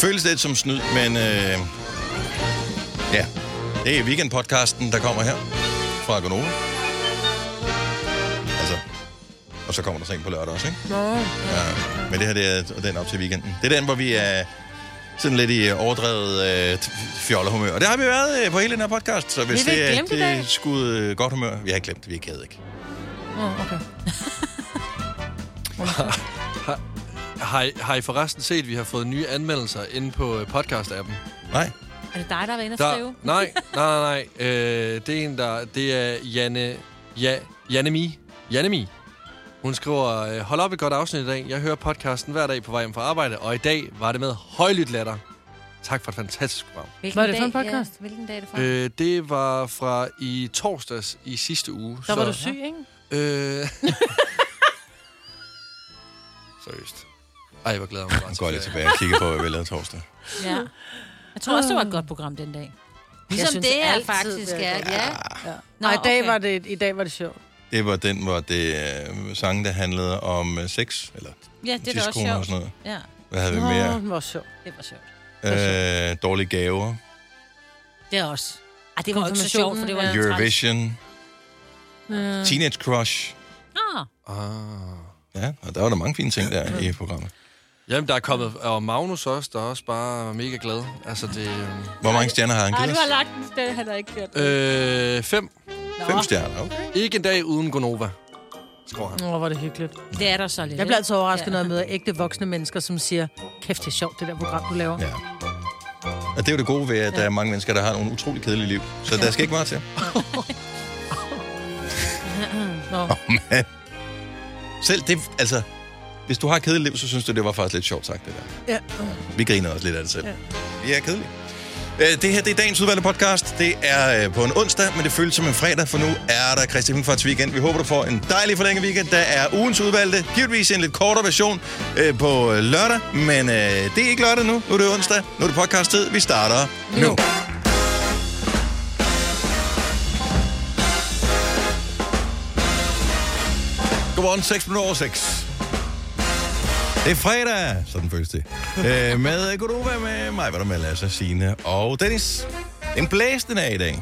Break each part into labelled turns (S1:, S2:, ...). S1: føles lidt som snyd, men øh, ja. Det er weekendpodcasten, der kommer her fra Gonova. Altså, og så kommer der sådan en på lørdag også, ikke?
S2: Nå.
S1: Ja, men det her det er den op til weekenden. Det er den, hvor vi er sådan lidt i overdrevet øh, t- fjollerhumør. Og det har vi været øh, på hele den her podcast, så hvis
S2: Vi vil
S1: det er
S2: glemme det i
S1: det
S2: dag.
S1: skud øh, godt humør, vi har ikke glemt det, vi er ked ikke.
S2: Nå, okay.
S3: Har I, har I forresten set, at vi har fået nye anmeldelser inde på øh, podcast-appen?
S1: Nej.
S2: Er det dig, der har været inde og
S3: Der,
S2: skrive?
S3: nej, nej, nej, nej. Øh, det er en, der... Det er Janne... Ja, Janne Mi. Janne Mi. Hun skriver, øh, hold op et godt afsnit i dag. Jeg hører podcasten hver dag på vej hjem fra arbejde, og i dag var det med højlydt latter. Tak for et fantastisk program.
S2: Hvilken
S4: Hvad er det
S2: dag,
S4: for en podcast?
S2: Ja, hvilken dag er det for? Øh,
S3: Øh, det var fra i torsdags i sidste uge.
S4: Der var du syg, ikke?
S3: Øh... Seriøst. Ej, hvor glæder jeg mig bare
S1: Nu
S3: til
S1: går jeg lidt
S3: ferie.
S1: tilbage og kigger på, hvad vi lavede torsdag.
S2: ja. Jeg tror også, det var et godt program den dag. Ligesom
S4: synes
S2: det er
S4: altid,
S2: faktisk
S4: det er
S2: er. Ja.
S4: Nå,
S2: Nå,
S4: Ej, i dag,
S2: okay.
S4: var det, i dag var det sjovt.
S1: Det var den, hvor det øh, sang, der handlede om øh, sex, eller
S2: ja, det er da også
S1: tidskroner og
S2: sjovt.
S1: sådan noget.
S2: Ja,
S1: Hvad havde vi
S4: Nå,
S1: mere?
S4: den var sjovt.
S2: det var sjovt.
S1: Øh, dårlige gaver.
S2: Det er også. Ej, det var jo ikke så sjovt,
S4: Konfirmationen,
S2: for det var
S4: ja.
S2: lidt træls.
S1: Eurovision. Teenage Crush.
S2: Ah,
S3: Ah.
S1: Ja, og der var der mange fine ting der i programmet.
S3: Jamen, der er kommet... Og Magnus også, der er også bare mega glad. Altså, det... øh,
S1: Hvor mange stjerner har han givet os?
S2: lagt den sted, han har ikke gjort.
S3: Øh, fem.
S1: Fem stjerner, okay.
S3: Ikke en dag uden Gonova, skriver han.
S4: Åh, var det hyggeligt.
S2: Det er der så lidt.
S4: Jeg
S2: ikke?
S4: bliver altid overrasket,
S2: Ja.
S4: når jeg møder ægte voksne mennesker, som siger, kæft, det er sjovt, det der program, du laver.
S1: Ja.
S2: Ah.
S1: Og det er jo det gode ved, at der er mange mennesker, der har nogle utrolig kedelige liv. Så der skal ikke meget til.
S4: Nå,
S1: Men selv det, altså, hvis du har et kedeligt liv, så synes du, det var faktisk lidt sjovt sagt, det der.
S4: Ja.
S1: Vi griner også lidt af det selv. Ja. Vi er kedelige. Øh, Det her det er dagens udvalgte podcast. Det er øh, på en onsdag, men det føles som en fredag, for nu er der Kristi Himmelfarts weekend. Vi håber, du får en dejlig forlænget weekend. Der er ugens udvalgte. Givetvis en lidt kortere version øh, på øh, lørdag, men øh, det er ikke lørdag nu. Nu er det onsdag. Nu er det podcast-tid. Vi starter nu. nu. Godmorgen, 6 minutter over 6. Det er fredag, sådan føles det. Øh, med Godova med mig, hvad der med Lasse, Signe og Dennis. En blæsende dag i dag. En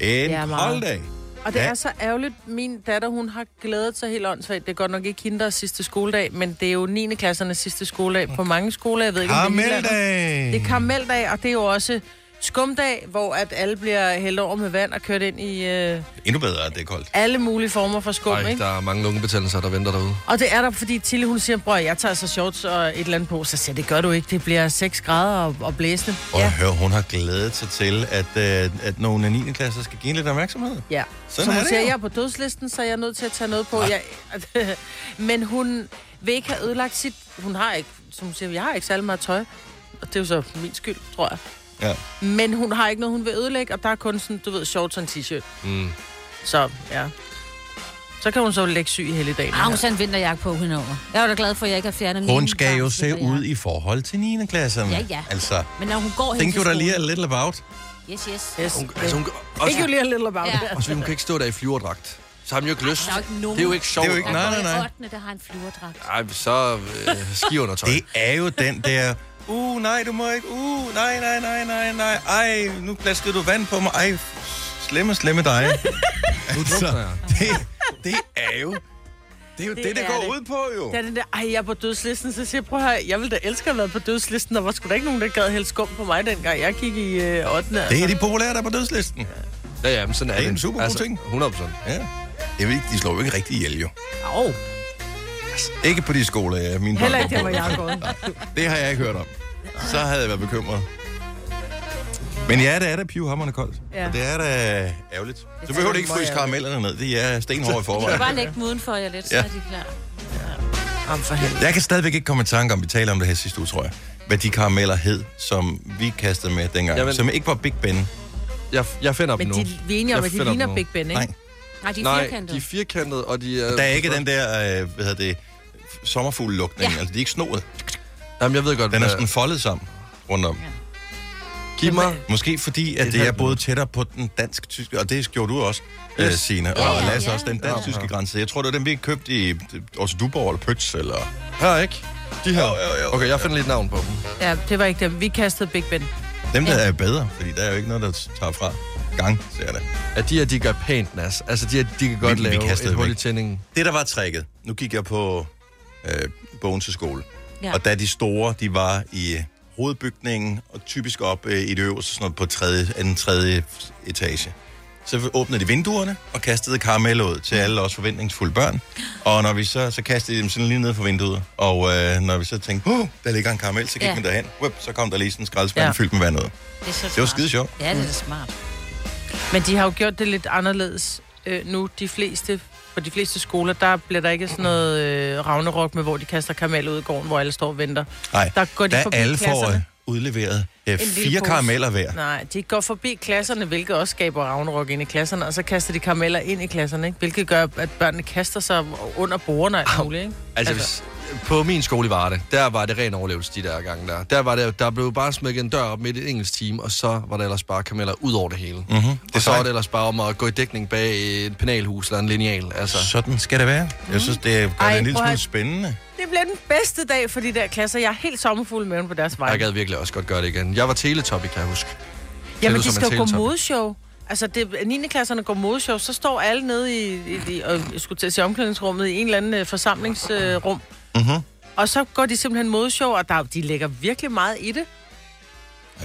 S4: Ja,
S1: ja,
S4: meget.
S1: holddag.
S4: Og det
S1: Ja.
S4: ja. er så ærgerligt. Min datter, hun har glædet sig helt åndssvagt. Det er godt nok ikke hende, der er sidste skoledag, men det er jo 9. klassernes sidste skoledag på mange skoler. Jeg ved ikke, om det er hele landet.
S1: Karameldag.
S4: Det er karameldag, og det er jo også skumdag, hvor at alle bliver hældt over med vand og kørt ind i øh,
S1: Endnu bedre, at det er koldt.
S4: alle mulige former for skum,
S3: Ej,
S4: ikke?
S3: der er mange lungebetændelser, der venter derude.
S4: Og det er der, fordi Tille, hun siger, bror, jeg tager så shorts og et eller andet på. Så siger jeg, det gør du ikke, det bliver 6 grader og, og blæsende.
S1: Og ja. hør, hun har glædet sig til, at, øh, at nogle 9. klasser skal give hende lidt opmærksomhed.
S4: Ja.
S1: Sådan
S4: så hun
S1: er det
S4: siger,
S1: jo.
S4: jeg er på dødslisten, så jeg er nødt til at tage noget på. Jeg, men hun vil ikke have ødelagt sit... Hun har ikke, som hun siger, jeg har ikke særlig meget tøj. Og det er jo så min skyld, tror jeg.
S1: Ja.
S4: Men hun har ikke noget, hun vil ødelægge, og der er kun sådan, du ved, shorts og en t-shirt.
S3: Mm.
S4: Så, ja. Så kan hun så lægge syg i hele dagen.
S2: Ah, hun satte en vinterjakke på hende over. Jeg var da glad for, at jeg ikke har fjernet min
S1: Hun skal jo
S2: gamle
S1: se
S2: vinterjakke.
S1: ud i forhold til 9. klasserne.
S2: Ja, ja.
S1: Altså,
S2: Men når hun går hen
S1: think
S2: til
S1: you da lige a
S2: skolen-
S1: little about.
S2: Yes, yes.
S4: Yes.
S3: Hun, altså, hun,
S4: Ikke jo
S3: også,
S4: lige a little about
S2: Ja.
S4: it.
S3: også, fordi hun kan ikke stå der i flyverdragt. Så har man jo ikke lyst.
S2: Der er jo ikke nogen.
S3: Det er jo ikke sjovt.
S1: Det er jo ikke-
S2: Der
S1: nej,
S2: går i
S1: nej, nej.
S2: 8. der har en flyverdragt.
S3: Ej, så øh, skiundertøj.
S1: Det er jo den der, uh, nej, du må ikke, uh, nej, nej, nej, nej, nej, ej, nu plaskede du vand på mig, ej, slemme, slemme dig.
S3: drukner jeg.
S1: det, det er jo, det er jo det, det, det
S4: er
S1: går
S4: det.
S1: ud på, jo.
S4: Der er den der, ej, jeg er på dødslisten, så siger jeg, prøv her, jeg ville da elske at have været på dødslisten, og var sgu da ikke nogen, der gad hælde skum på mig, dengang jeg gik i øh, 8.
S1: Det er de populære, der er på dødslisten.
S3: Ja, ja, men sådan er
S1: Det er en supergod ting.
S3: 100 procent.
S1: Ja. Jeg ved ikke, de slår jo ikke rigtig ihjel, jo. Altså,
S4: Oh.
S1: Ikke på de skoler, jeg mine
S4: Heller
S1: børn
S4: ikke
S1: går
S4: der, hvor
S1: på.
S4: jeg er gået.
S1: Det har jeg ikke hørt om. Så havde jeg været bekymret. Men ja, det er da pivhammerne koldt.
S4: Ja.
S1: Og det er da ærgerligt. Du behøver ikke fryse karamellerne ned. De er stenhårde i forvejen.
S2: Bare læg dem udenfor jer lidt, så
S1: Ja.
S2: er de klar.
S4: Om for helvede.
S1: Jeg kan stadigvæk ikke komme i tanke om, vi taler om det her sidste uge, tror jeg. Hvad de karameller hed, som vi kastede med dengang. Jamen.
S3: Jamen-
S1: Som ikke var Big Ben.
S3: Jeg, jeg finder dem
S4: Men
S3: nu.
S4: de, vi er enige om,
S3: Jeg
S4: at de
S3: finder
S4: ligner
S3: dem nu.
S4: Big Ben, ikke?
S1: Nej.
S2: Nej, de er
S3: Nej,
S2: firkantede.
S3: de er firkantede, og de er...
S1: Der er ikke den der, øh, hvad hedder det, sommerfuglelugtning. Ja.
S2: Ja.
S1: Altså, de er ikke snoet.
S3: Jamen, jeg ved godt,
S1: Den er
S3: hvad-
S1: sådan foldet sammen rundt om. Ja.
S3: Giv mig...
S1: Måske fordi, at
S3: Det
S1: det,
S3: er
S1: er
S3: halvt
S1: både tættere på den dansk-tyske, og det gjorde du også, yes. øh, Signe, og
S2: ja,
S1: Lasse
S2: ja.
S1: også, den dansk-tyske grænse. Jeg tror, det var den, vi købte i øh, også Duborg eller Pøts, eller...
S3: Her, ikke? De her? Okay, jeg finder lige et navn på dem.
S4: Ja, det var ikke dem. Vi kastede Big Ben.
S1: Dem, der er bedre, fordi der er jo ikke noget, der tager fra gang, ser jeg det.
S3: At de her, de gør pænt, Nas. Altså, de her, de kan godt
S1: vi
S3: lave
S1: kastede
S3: et
S1: dem
S3: hul i
S1: ikke.
S3: tændingen.
S1: Det, der var tricket, nu gik jeg på øh, Bogense skole,
S2: Ja.
S1: ja. og da de store, de var i øh, hovedbygningen, og typisk op øh, i det øverste, sådan noget på tredje, anden tredje etage. Så åbnede de vinduerne og kastede karameller ud til alle os forventningsfulde børn. Og når vi så, så kastede de dem sådan lige ned for vinduet. Og øh, når vi så tænkte, uh, der ligger en karamel, så gik
S2: Ja.
S1: ja. man derhen. Whip, så kom der lige sådan en skraldespand
S4: Ja.
S1: ja. fyldt med vand ud.
S2: Det, er så
S1: var
S2: smart.
S1: skide sjovt. Mm.
S2: Ja, det er da smart.
S4: Men de har jo gjort det lidt anderledes øh, nu. De fleste, på de fleste skoler, der bliver der ikke sådan noget øh, ravnerok med, hvor de kaster karamel ud i gården, hvor alle står og venter.
S1: Nej,
S4: Der går de
S1: der
S4: forbi
S1: alle får øh,
S4: klasserne.
S1: udleveret øh,
S4: lille
S1: fire
S4: pose.
S1: karameller hver.
S4: Nej, de går forbi klasserne, hvilket også skaber ravnerok ind i klasserne, og så kaster de karameller ind i klasserne, ikke? hvilket gør, at børnene kaster sig under bordene og alt muligt. Ikke?
S3: Altså, hvis, på min skole i Varde, der var det ren overlevelse de der gange der. Der, var det, der blev bare smækket en dør op midt i et engelsk time, og så var der ellers bare kameller ud over det hele. Mm-hmm.
S1: Det er
S3: Og så var
S1: sejt.
S3: det ellers bare om at gå i dækning bag et penalhus eller en lineal. Altså, Mhm.
S1: Sådan skal det være. Jeg synes, det gør
S4: Ej,
S1: det en lille
S4: prøv at-
S1: smule spændende.
S4: Det bliver den bedste dag for de der klasser. Jeg er helt sommerfuld med på deres vej.
S3: jeg gad virkelig også godt gøre det igen. Jeg var teletoppy, kan jeg huske.
S4: Jamen,
S3: som
S4: de
S3: en
S4: skal jo gå
S3: teletop.
S4: modeshow. Altså, det, 9. klasserne går modeshow, så står alle nede i, i, i og jeg skulle til at sige omklædningsrummet i en eller anden uh, forsamlingsrum. Uh, mm-hmm. Og så går de simpelthen modeshow, og der, de lægger virkelig meget i det.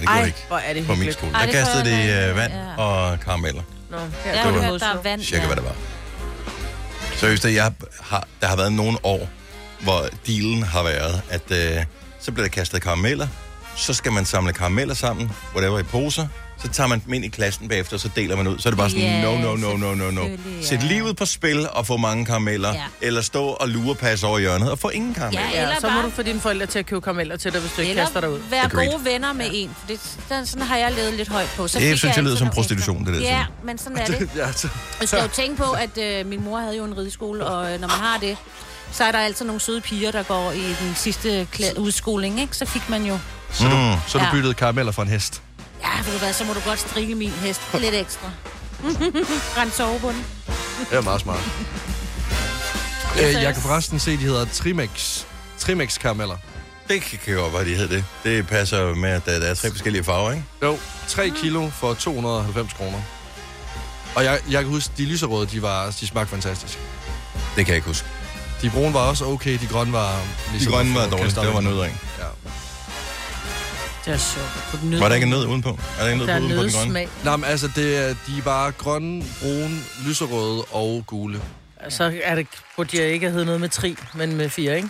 S1: Nej, det går
S4: Ej,
S1: ikke
S4: hvor er det
S1: på min
S4: hyggeligt.
S1: skole.
S2: Ej,
S1: Der
S2: det
S1: kastede
S2: tror jeg,
S1: de
S2: der
S1: øh,
S2: er-
S1: vand
S2: ja.
S1: og karameller.
S4: Nå,
S2: Ja,
S4: her
S2: jeg
S4: går
S1: var-
S2: har hørt, der
S4: modeshow.
S2: er vand.
S1: Cirka
S2: ja.
S1: hvad det var. Seriøst, jeg har, der har været nogle år, hvor dealen har været, at øh, så bliver der kastet karameller, så skal man samle karameller sammen, whatever, i poser, så tager man dem ind i klassen bagefter, og så deler man ud. Så er det bare sådan,
S2: Ja,
S1: yeah, no, no, no, no, no, no.
S2: selvfølgelig,
S1: Sæt
S2: ja.
S1: livet på spil og få mange karameller,
S2: Ja.
S1: eller stå og lure passe over hjørnet og få ingen karameller.
S2: Ja,
S4: Ja,
S2: eller
S4: så må
S2: bare-
S4: du få dine forældre til at købe karameller til dig, hvis du ikke kaster dig ud.
S2: Eller være
S1: Agreed.
S2: gode venner med en. For det, den, sådan har jeg levet lidt højt på. Så
S1: Det
S2: fik
S1: synes jeg lyder
S2: altid
S1: som
S2: nogle
S1: prostitution,
S2: ekstra.
S1: det der,
S2: Ja,
S1: sådan.
S2: men sådan er det.
S3: Ja, så-
S2: Du skal jo tænke på, at øh, min mor havde jo en rideskole, og øh, når man har det, så er der altid nogle søde piger, der går i den sidste klæ- udskoling, ikke? Så fik man jo...
S3: så,
S4: Mm.
S1: Mm.
S3: du, så du
S2: Ja.
S3: byttede karameller for en hest.
S2: Ja, ved du hvad, så må du godt strikke min hest lidt ekstra. Rens sovebunden.
S3: Det er meget smart. øh, jeg kan forresten se, de hedder Trimex. Trimex karameller.
S1: Det kan kan godt være, de hed det. Det passer jo med, at der, der er tre forskellige farver, ikke?
S3: Jo, 3 kilo for 290 kroner. Og jeg, jeg kan huske, de lyserøde, de, var, de smagte fantastisk.
S1: Det kan jeg ikke huske.
S3: De brune var også okay, de grønne var...
S1: De
S3: Ligesom
S1: grønne
S3: at
S1: var
S3: få
S1: dårlige.
S3: kastet op
S1: Der var
S3: i-
S1: nødring.
S3: Ja.
S4: Det er sjovt. På den
S1: Var der ikke en nød udenpå? Er der ikke
S4: Der er
S1: en nød på den grønne?
S4: nødsmag.
S3: Nå, men altså, det, er- de er bare grønne, brune, lyserøde og gule.
S4: Så er det, burde jeg ikke have heddet noget med tri, men med fire, ikke?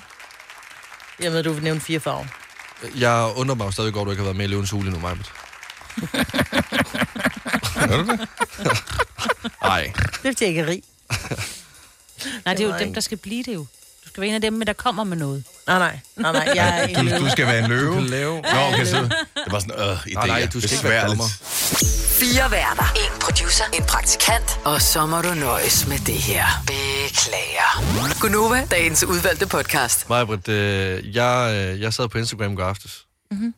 S4: Jeg ved, du vil nævne fire farver.
S3: Jeg undrer mig jo stadig godt, at du ikke har været med i Løvens Hule nu, Majbet.
S1: Hørte du det?
S3: Nej.
S4: Det er, fordi jeg ikke er rig.
S2: Nej, det er jo
S4: var
S2: dem,
S4: en.
S2: der skal blive det jo. Du skal være en af dem, men der kommer med noget.
S4: Nej, nej. Nej, nej. Jeg er en
S1: Du, du skal være en løve.
S3: Du kan lave...
S1: Nå, okay, så det var sådan, øh, idéer.
S3: Nej, nej, du skal ikke være
S1: Besværligt.
S3: dommer.
S5: Fire værter. En producer. En praktikant. Og så må du nøjes med det her. Beklager. Gunova, dagens udvalgte podcast.
S3: Majbrit, øh, jeg, øh, jeg sad på Instagram i går aftes.
S2: Mhm.
S3: Mm-hmm.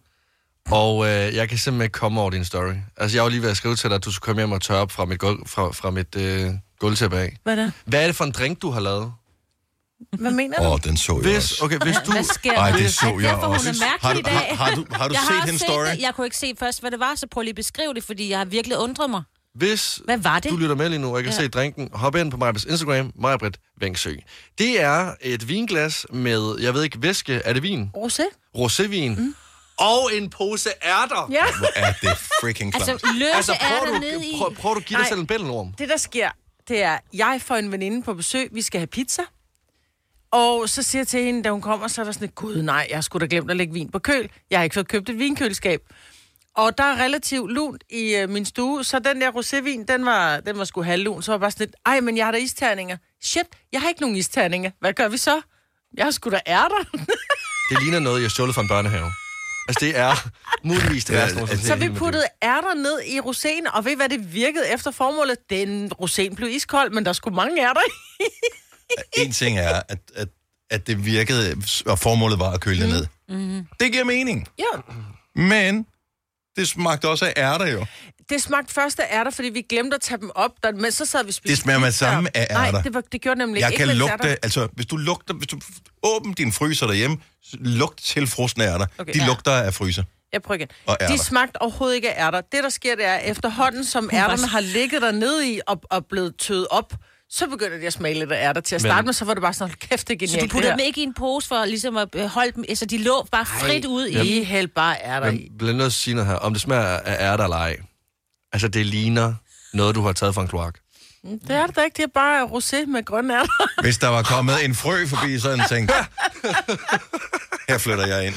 S3: Og øh, jeg kan simpelthen ikke komme over din story. Altså, jeg var lige ved at skrive til dig, at du skulle komme hjem og tørre op fra mit, gulv, fra, fra mit øh, gulvtæppe af.
S4: Hvad er det?
S3: Hvad er det for en drink, du har lavet?
S4: Hvad mener
S1: Åh,
S4: du?
S1: oh, den så jeg
S3: Hvis,
S1: også.
S3: okay, hvis du...
S2: Hvad sker
S1: Ej,
S2: der?
S1: det så jeg
S2: derfor,
S1: også.
S2: Hun er mærkelig
S1: Har du,
S2: i dag.
S1: har, har du, har du
S2: jeg
S1: set
S2: også
S1: hendes story?
S2: Det. Jeg kunne ikke se først, hvad det var, så prøv lige at beskrive det, fordi jeg har virkelig undret mig.
S3: Hvis
S2: Hvad var det?
S3: du lytter med lige nu og jeg kan ja.
S2: Ja.
S3: se drinken, hop ind på Majbrits Instagram, Majbrit Vengsø. Det er et vinglas med, jeg ved ikke, væske, er det vin?
S4: Rosé?
S3: Rosévin. Mm. Og en pose ærter.
S4: Ja.
S1: Hvor er det freaking klart.
S2: Altså,
S1: Altså,
S2: løse
S3: Altså,
S2: er
S3: prøv
S2: der
S3: du,
S2: nede i.
S3: prøv, prøv du at give dig
S4: Nej.
S3: selv en bællenorm.
S4: Det, der sker, det er, jeg får en veninde på besøg, vi skal have pizza. Og så siger jeg til hende, da hun kommer, så er der sådan et, gud nej, jeg skulle da glemt at lægge vin på køl. Jeg har ikke fået købt et vinkøleskab. Og der er relativt lunt i øh, min stue, så den der rosévin, den var, den var sgu halvlun. Så var jeg bare sådan lidt, ej, men jeg har da isterninger. Shit, jeg har ikke nogen isterninger. Hvad gør vi så? Jeg har sgu da ærter.
S3: Det ligner noget, jeg stjålet fra en børnehave. Altså, det er muligvis det
S1: Ja,
S3: værste, nogensinde
S4: Så
S3: set i
S4: vi
S3: hele mit liv.
S4: puttede ærter ned i roséen, og ved I, hvad det virkede efter formålet? Den rosén blev iskold, men der skulle mange ærter i.
S1: en ting er, at, at, at det virkede, og formålet var at køle det ned.
S2: Mm-hmm.
S1: Mm. Det giver mening.
S4: Ja.
S1: Men det smagte også af ærter jo.
S4: det smagte først af ærter, fordi vi glemte at tage dem op, der, men så sad vi og spiste.
S1: Det smager med samme
S4: pizza.
S1: af ærter.
S4: Nej, det, var, det gjorde nemlig
S1: Jeg
S4: ikke.
S1: kan
S4: med
S1: lugte,
S4: ærter.
S1: altså hvis du lugter, hvis du åbner din fryser derhjemme, s- lugt til frosne ærter. Okay,
S4: Okay.
S1: de
S4: Ja.
S1: lugter af fryser.
S4: Jeg prøver igen.
S1: Og ærter.
S4: De smagte overhovedet ikke af ærter. Det, der sker, det er, at efterhånden, som
S2: var
S4: ærterne
S2: s-
S4: har ligget dernede i og, og blevet tøet op, så begynder de at smage lidt af ærter. Til at starte
S3: Men-
S4: med, så var det bare sådan, hold kæft, det er
S2: Så
S4: genialt.
S2: du puttede dem
S4: det her.
S2: ikke i en pose for ligesom at øh, holde dem, altså de lå bare frit ud i.
S4: I hæld bare ærter i.
S3: Men bliver nødt til at sige noget her, om det smager af ærter eller ej. Altså, det ligner noget, du har taget fra en kloak.
S4: Det er det da ikke. Det er bare rosé med grønne ærter.
S1: Hvis der var kommet en frø forbi, så havde han tænkt, her flytter jeg ind.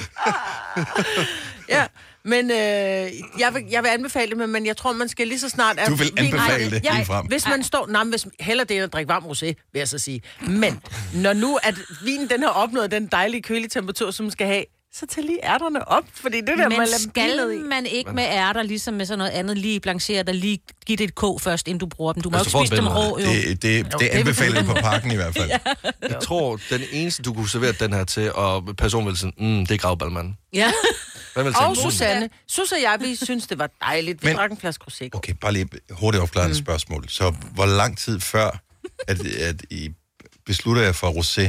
S4: ja. Men øh, jeg, vil, jeg vil anbefale det, men- men jeg tror, man skal lige så snart... at-
S1: Du vil
S4: vin-
S1: anbefale det
S4: ja,
S1: ligefrem.
S4: Hvis man står... Nej, men hvis, heller det end at drikke varm rosé, vil jeg så sige. Men når nu, at vinen den har opnået den dejlige kølige temperatur, som den skal have, så tag lige ærterne op, fordi det der, man
S2: Men
S4: lader dem blive ned i.
S2: skal man ikke med ærter, ligesom med sådan noget andet, lige blanchere dig, lige give det et kog først, inden du bruger dem. Du må
S3: Hvis
S2: ikke
S1: Altså,
S3: du får en
S2: spise dem
S3: ven med
S2: rå, jo.
S1: Det, det, det anbefaler vi på parken i hvert fald.
S3: Jeg tror, den eneste, du kunne servere den her til, og personen ville sådan, mm, det er gravballmanden.
S2: Ja.
S3: Hvad vil "Mm."
S4: Og Susanne. Sus og jeg, vi synes, det var dejligt. Vi
S1: Men-
S4: men... drak en flaske rosé. i går.
S1: Okay, bare lige hurtigt opklarende mm. spørgsmål. Så hvor lang tid før, at, at I beslutter jer for Rosé,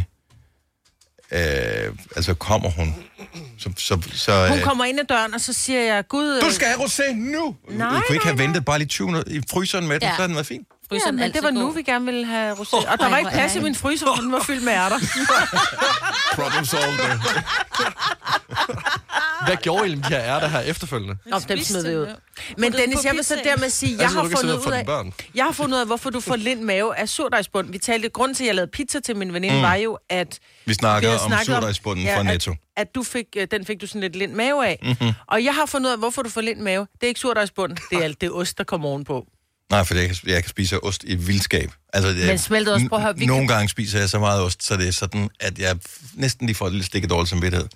S1: øh, altså kommer hun? Så, så, så,
S4: Hun kommer ind ad døren, og så siger jeg, Gud...
S1: øh, Du
S4: øh,
S1: skal have rosé nu! Nej, du kunne ikke have ventet bare lige 20 minutter i fryseren med den, ja.
S2: Ja.
S1: så havde den været fint.
S4: Ja, men det var nu, vi gerne ville have rosé. Og der var
S2: Ej,
S4: ikke
S2: hvor
S4: plads i
S2: ærgerligt.
S4: min fryser, for den var fyldt med ærter.
S1: Problem solved.
S3: Hvad gjorde I med de her ærter her efterfølgende?
S4: Nå, dem
S2: spiste
S4: smed vi
S2: dem,
S4: ud.
S2: ja.
S4: Men
S2: Puttede
S4: Dennis,
S2: på
S4: jeg vil så
S2: pizzaen.
S4: dermed sige, jeg
S3: Altså,
S4: har
S3: du kan
S4: fundet
S3: simpelthen
S4: ud
S3: få
S4: af,
S3: dine børn.
S4: jeg har fundet ud af, hvorfor du får lind mave af surdejsbund. Vi talte, grund til, at jeg lavede pizza til min veninde, mm. var jo, at...
S1: Vi snakker
S4: har
S1: om
S4: snakket
S1: surdejsbunden fra Netto. Mhm.
S4: At, at du fik, øh, den fik du sådan lidt lind mave af. Mm-hmm. Og jeg har fundet ud af, hvorfor du får lind mave. Det er ikke surdejsbunden, det er alt det ost, der kommer ovenpå.
S1: Nej, for jeg, kan- jeg kan spise ost i vildskab. Altså, jeg,
S4: Men smeltet ost, prøv at høre, vi
S1: Nogle gange spiser jeg så meget ost, så det er sådan, at jeg næsten lige får et lille stik af dårlig samvittighed.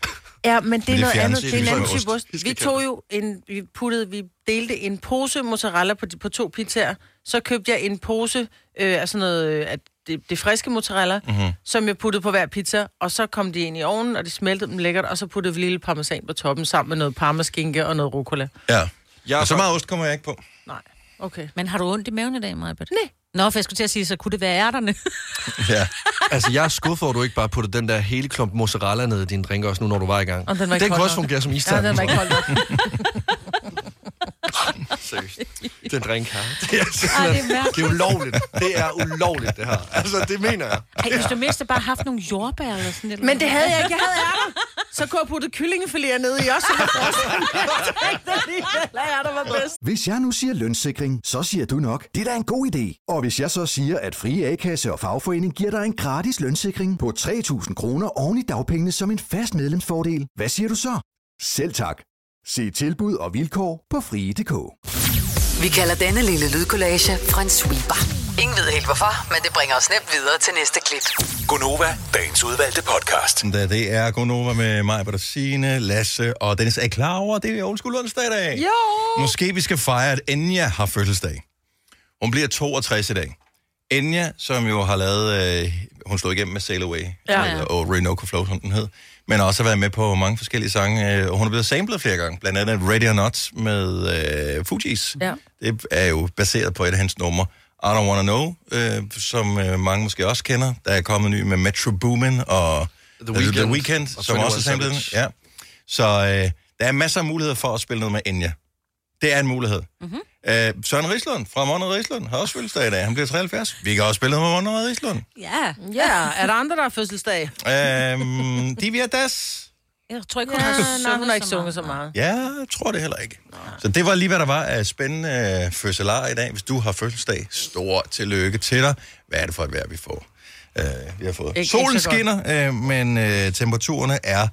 S4: Ja, men det
S1: det
S4: er noget
S1: fjernes
S4: andet. Det
S1: i
S4: er en
S1: ligesom
S4: anden
S1: med
S4: type
S1: ost.
S4: ost. Vi tog jo en, vi puttede, vi delte en pose mozzarella på, de- på to pizzaer. Så købte jeg en pose øh, af sådan noget, øh, af det, det friske mozzarella,
S6: Mhm.
S4: mm-hmm. som jeg puttede på hver pizza. Og så kom de ind i ovnen, og de smeltede dem lækkert, og så puttede vi lille parmesan på toppen sammen med noget parmaskinke og noget rucola.
S1: Ja.
S3: Jeg
S1: Og så
S3: har-
S1: meget ost kommer jeg ikke på.
S4: Nej, okay.
S2: Men har du ondt i maven i dag, Majbert?
S4: Nej.
S2: Nå, for jeg skulle til at sige, så kunne det være ærterne.
S1: Ja.
S3: Altså, jeg er skuffet over, at du ikke bare puttede den der hele klump mozzarella ned i din drink også nu, når du var i gang.
S4: Og den var ikke
S3: den kunne
S4: kold
S3: også
S4: nok.
S3: fungere som
S4: Ja,
S3: isterning.
S4: den var ikke holdt op.
S3: Seriøst. Den drink her. Det er, simpelthen-
S2: Ej, det er mærkeligt.
S3: det er ulovligt. Det er ulovligt, det her. Altså, det mener jeg.
S2: Ej, hvis du mindst bare haft nogle jordbær eller sådan noget.
S4: Men det havde jeg ikke. Jeg havde ærter. Så kunne jeg putte kyllingefiléer ned i også. så var frosne. Jeg tænkte alligevel, at ærter var bedst.
S7: Hvis jeg nu siger lønssikring, så siger du nok, det er da en god idé. Og hvis jeg så siger, at Frie A-kasse og fagforening giver dig en gratis lønssikring på 3.000 kroner oven i dagpengene som en fast medlemsfordel, hvad siger du så? Selv tak. Se tilbud og vilkår på frie.dk.
S5: Vi kalder denne lille lydkollage en sweeper. Ingen ved helt hvorfor, men det bringer os nemt videre til næste klip.
S8: Gunova, dagens udvalgte podcast.
S1: Da det er Gonova med mig, Britta Signe, Lasse og Dennis. Er I klar over, det er Old School onsdag i dag?
S4: Jo!
S1: Måske vi skal fejre, at Enya har fødselsdag. Hun bliver 62 i dag. Enya, som jo har lavet... Øh, hun slog igennem med Sail Away,
S4: Ja.
S1: eller, og Renoco Flow, som den hed. Men har også været med på mange forskellige sange. øh, Og hun er blevet samlet flere gange. Blandt andet Ready or Not med øh, Fugees.
S4: Ja.
S1: Det er jo baseret på et af hans numre. I Don't Wanna Know, øh, som øh, mange måske også kender. Der er kommet en ny med Metro Boomin og
S3: The Weeknd.
S1: The Weeknd
S3: Og
S1: som også er
S3: 21
S1: samlet. den.
S3: Savage.
S1: Ja. Så øh, der er masser af muligheder for at spille noget med Enya. Det er en mulighed. Mm-hmm. Øh, Søren Rislund fra Monrad Rislund har også fødselsdag i dag. Han bliver 73. Vi kan også spille noget med Monrad Rislund.
S2: Ja,
S4: Ja, er der andre, der har fødselsdag?
S1: Øhm, Divya Das.
S2: jeg tror ikke, hun har sunget
S4: nej, hun har ikke
S2: så
S4: sunget så
S2: meget.
S4: meget.
S1: Ja, jeg tror det heller ikke. Så det var lige, hvad der var af spændende øh, fødselar i dag. Hvis du har fødselsdag, stor tillykke til dig. Hvad er det for et vejr, vi får? Øh, vi har fået.
S4: Ikke-
S1: Solen
S4: ikke så godt.
S1: skinner, øh, men øh, temperaturerne er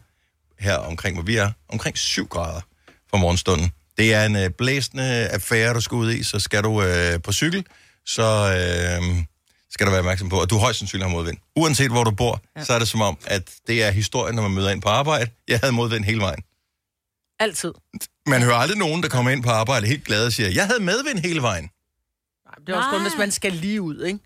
S1: her omkring, hvor vi er, omkring 7 grader for morgenstunden. Det er en øh, blæsende affære, du skal ud i, så skal du øh, på cykel, så øh, skal du være opmærksom på, at du højst sandsynligt har modvind. Uanset hvor du bor, ja. så er det som om, at det er historien, når man møder ind på arbejde. Jeg havde modvind hele vejen.
S4: Altid.
S1: Man hører aldrig nogen, der kommer ind på arbejde helt glad og siger, jeg havde medvind hele vejen.
S4: Nej, det er også kun,
S2: Nej.
S4: hvis man skal lige ud, ikke?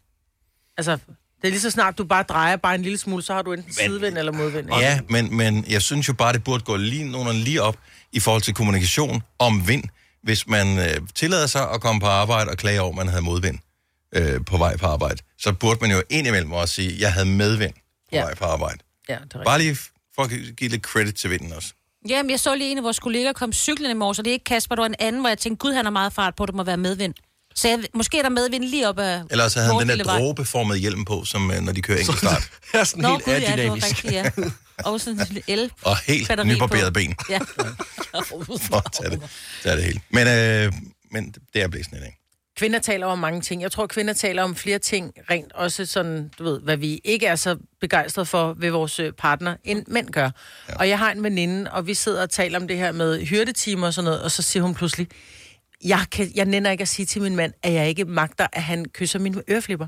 S4: Altså, det er lige så snart, du bare drejer bare en lille smule, så har du enten sidevind eller modvind. ikke?
S1: Ja, men, men jeg synes jo bare, det burde gå lige nogen lige op i forhold til kommunikation om vind. hvis man øh, tillader sig at komme på arbejde og klage over, at man havde modvind øh, på vej på arbejde, så burde man jo indimellem også sige, at jeg havde medvind på
S4: Ja.
S1: ja. vej på arbejde.
S4: Ja, det er rigtigt.
S1: Bare lige f- for at gi- give lidt credit til vinden også.
S2: Jamen, jeg så lige en af vores kollegaer kom cyklen i morges, og det er ikke Kasper, der var en anden, hvor jeg tænkte, gud, han har meget fart på, det må være medvind. Så jeg, måske er der medvind lige op ad
S1: Eller så havde han den der
S2: Morgildevej.
S1: dråbeformede hjelm på, som øh, når de kører enkelt start.
S3: Jeg er sådan
S2: Nå,
S3: helt
S2: gud, ja, det var
S3: adynamisk.
S2: rigtigt, ja. Og sådan en el.
S1: Og helt
S2: batteri på.
S1: nybarberet ben.
S2: Ja.
S1: For at tage det, tage det hele. Men, øh, men det er blæsende i dag.
S4: Kvinder taler om mange ting. Jeg tror, kvinder taler om flere ting, rent også sådan, du ved, hvad vi ikke er så begejstrede for ved vores øh, partner, end mænd gør. Ja. Og jeg har en veninde, og vi sidder og taler om det her med hyrdetimer og sådan noget, og så siger hun pludselig, jeg, kan, jeg nænder ikke at sige til min mand, at jeg ikke magter, at han kysser mine øreflipper.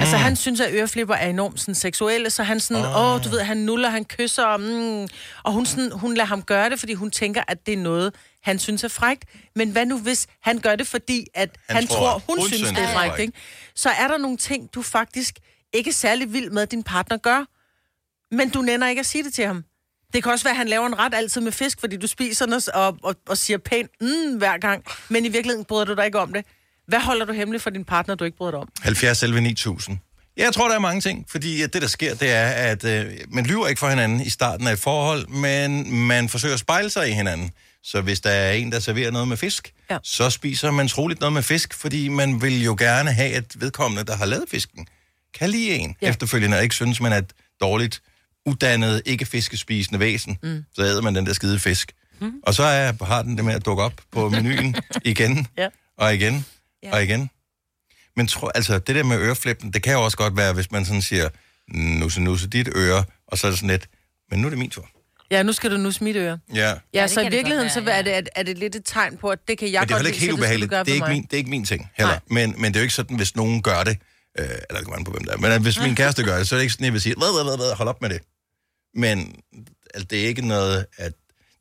S4: Altså, han synes, at øreflipper er enormt sådan, seksuelle, så han sådan, åh, oh. du ved, han nuller, han kysser, og, mm, og hun, sådan, hun lader ham gøre det, fordi hun tænker, at det er noget, han synes er frægt. Men hvad nu, hvis han gør det, fordi at han, han tror, tror, hun, hun synes, det er frægt, ikke? Så er der nogle ting, du faktisk ikke er særlig vild med, at din partner gør, men du nænder ikke at sige det til ham. Det kan også være, at han laver en ret altid med fisk, fordi du spiser den og- og, og, og siger pænt mm, hver gang, men i virkeligheden bryder du dig ikke om det. Hvad holder du hemmeligt for din partner, du ikke bryder dig om?
S1: 70 11 9000. Jeg tror, der er mange ting, fordi øh, det, der sker, det er, at øh, man lyver ikke for hinanden i starten af et forhold, men man forsøger at spejle sig i hinanden. Så hvis der er en, der serverer noget med fisk,
S4: Ja.
S1: ja. så spiser man troligt noget med fisk, fordi man vil jo gerne have, at vedkommende, der har lavet fisken, kan lide en ja. efterfølgende, og ikke synes, man er et dårligt, uddannet, ikke fiskespisende væsen. Mm. Så æder man den der skide fisk. Mm. Og så er, har den det med at dukke op på menuen igen,
S4: Ja.
S1: og igen, ja. og igen. Men tro, altså, det der med øreflippen, det kan jo også godt være, hvis man sådan siger, nusse, nusse dit øre, og så er det sådan lidt, men nu er det min tur.
S4: Ja, nu skal du nu smitte øre.
S1: Ja,
S4: Ja,
S2: Ja,
S4: ja
S2: det
S4: så i
S2: kan det
S4: virkeligheden, så
S2: godt
S4: er
S2: være,
S4: det, er, det, er det lidt et tegn på, at det kan jeg
S1: men det er
S4: godt
S1: heller ikke
S4: lide, så det
S1: helt
S4: skal du
S1: ubehageligt.
S4: gøre
S1: Det er
S4: for
S1: ikke,
S4: mig.
S1: min, det er ikke min ting heller.
S4: Nej.
S1: Men, men det er jo ikke sådan, hvis nogen gør det, øh, eller det kommer an på, hvem der er, men at hvis min kæreste gør det, så er det ikke sådan, at jeg vil sige, hvad, hvad, hvad, hvad, hold op med det. Men altså, det er ikke noget, at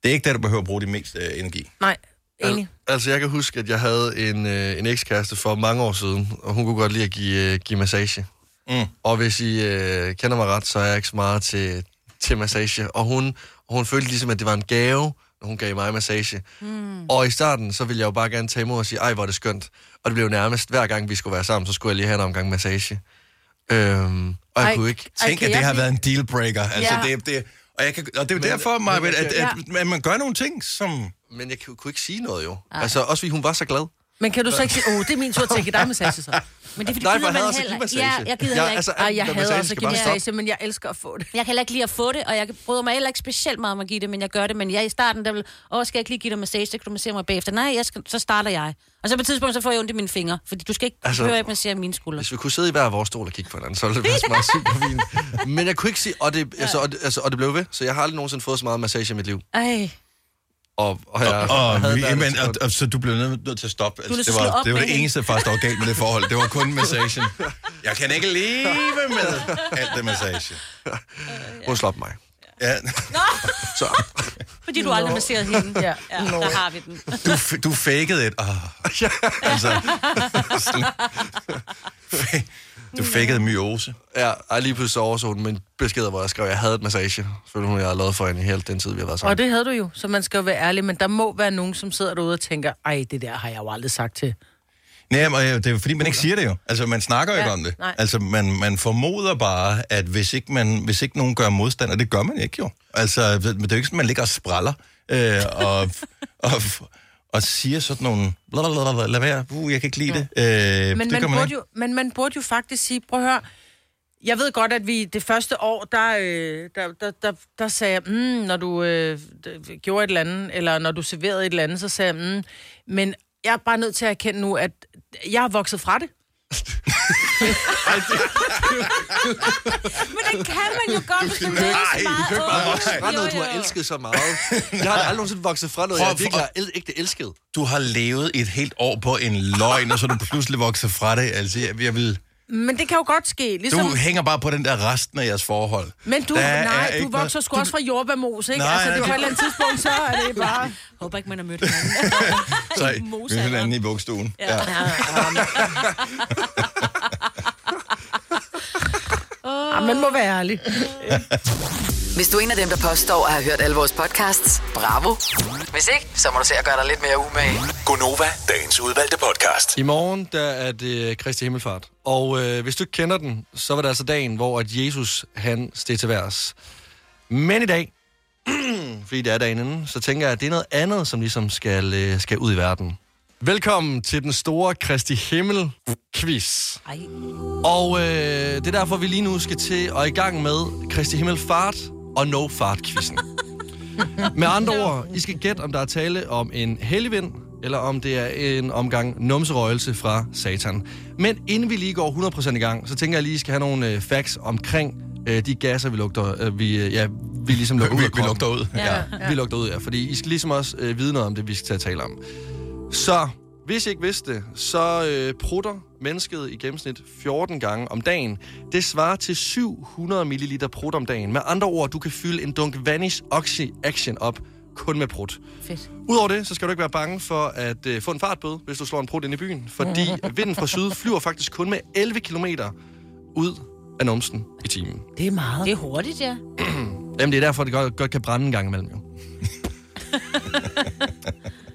S1: det er ikke der, du behøver at bruge din mest øh, energi.
S4: Nej, enig.
S3: Altså, jeg kan huske, at jeg havde en, øh, en ekskæreste for mange år siden, og hun kunne godt lide at give, øh, give massage.
S1: Mm.
S3: Og hvis I øh, kender mig ret, så er jeg ikke så meget til, til massage. Og hun, og hun følte ligesom, at det var en gave, når hun gav mig massage. Mm. Og i starten, så ville jeg jo bare gerne tage imod og sige, ej, hvor er det skønt. Og det blev nærmest, hver gang vi skulle være sammen, så skulle jeg lige have en omgang massage. Øhm, og
S4: Ej,
S3: jeg ej, kunne ikke.
S4: Ej,
S1: Tænk,
S4: kan
S1: at det
S4: jeg
S1: har
S4: blive-
S1: været en dealbreaker. Altså,
S4: Ja.
S1: ja. det, det, og, jeg kan, og det er jo derfor, Marvind, at, at, at man gør nogle ting, som...
S3: Men jeg kunne kunne ikke sige noget jo. Ej. Altså, også fordi hun var så glad.
S4: Men kan du så ikke sige, åh, det er min tur til at give dig massage så?
S2: Men det er fordi,
S3: Nej, for
S2: gider
S3: jeg
S2: man
S3: hader også at
S2: heller-
S3: give massage.
S2: Ja, jeg gider heller ikke.
S3: altså,
S4: Ej, jeg
S3: når
S4: hader også
S3: massagen
S4: at
S3: skal
S4: give
S3: bare stoppe.
S4: massage, men jeg elsker at få det.
S2: Jeg kan heller ikke lide at få det, og jeg bryder mig heller ikke specielt meget om at give det, men jeg gør det. Men jeg i starten, der vil, åh, skal jeg ikke lige give dig massage, så kan du massere mig bagefter. Nej, jeg skal, så starter jeg. Og så på et tidspunkt, så får jeg ondt i mine fingre, fordi du skal ikke,
S3: Altså-
S2: altså, behøver ikke massere mine skuldre.
S3: Hvis vi kunne sidde i hver vores stol og kigge på hinanden, så ville det være så meget super fint. Men jeg kunne ikke sige, og det, altså, og, det, altså, og det blev ved, så jeg har aldrig nogensinde fået så meget massage i mit liv.
S2: Ej,
S3: Og, og, jeg,
S1: Og,
S3: havde
S1: ja,
S3: verdens
S1: men, og,
S3: godt.
S1: og, så du blev nødt nødt til at stoppe.
S2: nødt
S1: Altså,
S2: til
S1: det
S2: at slå
S1: var,
S2: op
S1: det var
S2: med
S1: det
S2: hende.
S1: eneste, der faktisk var galt med det forhold. Det var kun massagen. Jeg kan ikke leve med alt det massage.
S3: Hun slap mig.
S1: Ja.
S3: Så,
S2: fordi du aldrig masserede hende.
S4: Ja.
S2: Ja, der har vi den.
S1: Du, f- du fakede et. Oh. Altså, sådan.
S2: Mm.
S1: du fakede myose.
S3: ja, og lige pludselig så overså hun min beskeder, hvor jeg skrev, at jeg havde et massage. Selvfølgelig hun, jeg havde lavet for hende i hele den tid, vi har været sammen.
S4: Og det havde du jo, så man skal jo være ærlig, men der må være nogen, som sidder derude og tænker, ej, det der har jeg jo aldrig sagt til.
S1: Nej, men øh, det er jo fordi, man ikke siger det jo. Altså, man snakker jo
S4: Ja,
S1: ikke om det.
S4: nej.
S1: Altså, man, man formoder bare, at hvis ikke, man, hvis ikke nogen gør modstand, og det gør man ikke jo. Altså, det det er jo ikke sådan, man ligger og spraller øh, og, og, og siger sådan nogle... Blablabla, lad være, uh, jeg kan ikke lide det. Øh,
S4: Men,
S1: det gør
S4: man
S1: man
S4: burde
S1: ikke.
S4: jo, men man burde jo faktisk sige, prøv at høre, jeg ved godt, at vi det første år, der, øh, der, der, der, der sagde jeg, mm, når du øh, d- gjorde et eller andet, eller når du serverede et eller andet, så sagde jeg, mm, men jeg er bare nødt til at erkende nu, at jeg er vokset fra det.
S2: Men den kan man jo godt, hvis man møder så
S1: Nej,
S2: meget.
S1: du kan ikke bare
S2: Åh,
S1: vokse
S3: Fra
S2: jo,
S3: noget, du
S2: jo,
S3: har
S2: jo.
S3: elsket så meget. Jeg har da aldrig nogensinde vokset fra noget,
S1: Prøv
S3: jeg
S1: at-
S3: virkelig har el- ægte elsket.
S1: Du har levet et helt år på en løgn, og så er du pludselig vokset fra det. Altså, jeg, jeg vil...
S4: Men det kan jo godt ske.
S1: Du
S4: Ligesom,
S1: som... hænger bare på den der resten af jeres forhold.
S4: men du,
S1: Der er
S4: nej, du
S1: ikke noget-
S4: vokser sgu også fra jordbærmos, ikke?
S1: Nej,
S4: altså, det var
S1: nej, det-
S4: et eller andet tidspunkt, så er det bare...
S2: Håber ikke, man har mødt hinanden.
S1: Så
S2: I
S1: vi er hinanden i bogstuen. Ja. ja.
S4: Ah, man må være ærlig.
S5: Hvis du er en af dem, der påstår at have hørt alle vores podcasts, bravo. Hvis ikke, så må du se at gøre dig lidt mere umage.
S8: Gunova, dagens udvalgte podcast.
S3: I morgen, der er det øh, Kristi Himmelfart. Og øh, hvis du ikke kender den, så var det altså dagen, hvor at Jesus, han steg til værs. Men i dag, fordi det er dagen inden, så tænker jeg, at det er noget andet, som ligesom skal, øh, skal ud i verden. Velkommen til den store Kristi Himmel-quiz.
S2: Ej.
S3: Og øh, det er derfor, vi lige nu skal til og i gang med Kristi Himmelfart og No Fart-quizzen. Med andre ord, I skal gætte, om der er tale om en helligvind, eller om det er en omgang numserøgelse fra satan. Men inden vi lige går 100% i gang, så tænker jeg lige, at I skal have nogle øh, facts omkring øh, de gasser, vi lugter, øh, vi, øh, ja, vi ligesom lugter ud af
S1: Vi, vi
S3: kroppen.
S1: lugter ud.
S2: Ja.
S3: Vi lugter ud, ja. Fordi I skal ligesom også øh, vide noget om det, vi skal til at tale om. Så, hvis I ikke vidste det, så øh, prutter mennesket i gennemsnit 14 gange om dagen. Det svarer til 700 ml prut om dagen. Med andre ord, du kan fylde en dunk Vanish Oxy Action op kun med prut.
S2: Fedt.
S3: Udover det, så skal du ikke være bange for at øh, få en fartbøde, hvis du slår en prut ind i byen. Fordi vinden fra syd flyver faktisk kun med 11 km ud af numsen i timen.
S4: Det er meget.
S2: Det er hurtigt, ja.
S3: Jamen, det er derfor, det godt, godt kan brænde en gang imellem, jo.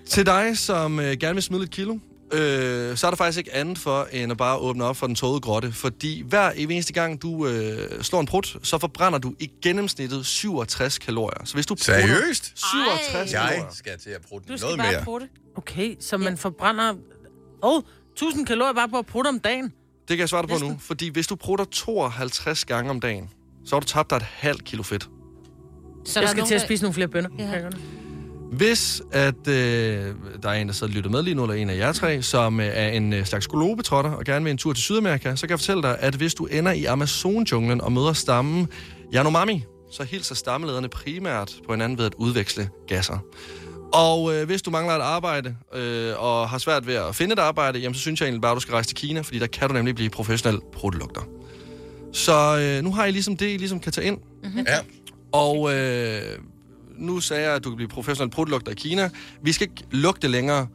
S3: Til dig, som øh, gerne vil smide lidt kilo, øh, så er der faktisk ikke andet for, end at bare åbne op for den tågede grotte. Fordi hver evig eneste gang, du øh, slår en prut, så forbrænder du i gennemsnittet 67 kalorier. Så hvis du prutter
S1: Seriøst?
S3: 67
S2: Ej.
S1: Jeg
S3: kalorier...
S1: skal til at bruge
S2: Du skal
S1: noget
S2: bare
S1: mere.
S2: bruge det.
S4: Okay, så man forbrænder... Åh, oh, 1000 kalorier bare på at prutte om dagen.
S3: Det kan jeg svare dig på nu. Fordi hvis du prutter 52 gange om dagen, så har du tabt dig et halvt kilo fedt.
S2: Så der
S4: Jeg
S2: er
S4: skal
S2: nogen,
S4: til at
S2: der-
S4: spise nogle flere bønner.
S2: Ja.
S4: Ja.
S3: Hvis at øh, der er en, der sidder og lytter med lige nu, eller en af jer tre, som øh, er en øh, slags globetrotter og gerne vil en tur til Sydamerika, så kan jeg fortælle dig, at hvis du ender i Amazon-junglen og møder stammen Yanomami, så hilser stammelederne primært på hinanden ved at udveksle gasser. Og øh, hvis du mangler et arbejde øh, og har svært ved at finde et arbejde, jamen, så synes jeg egentlig bare, at du skal rejse til Kina, fordi der kan du nemlig blive professionel produlugter. Så øh, nu har I ligesom det, I ligesom kan tage ind.
S1: Ja.
S3: Og øh, nu sagde jeg, at du kan blive professionel pruttelugter i Kina. Vi skal ikke lugte længere.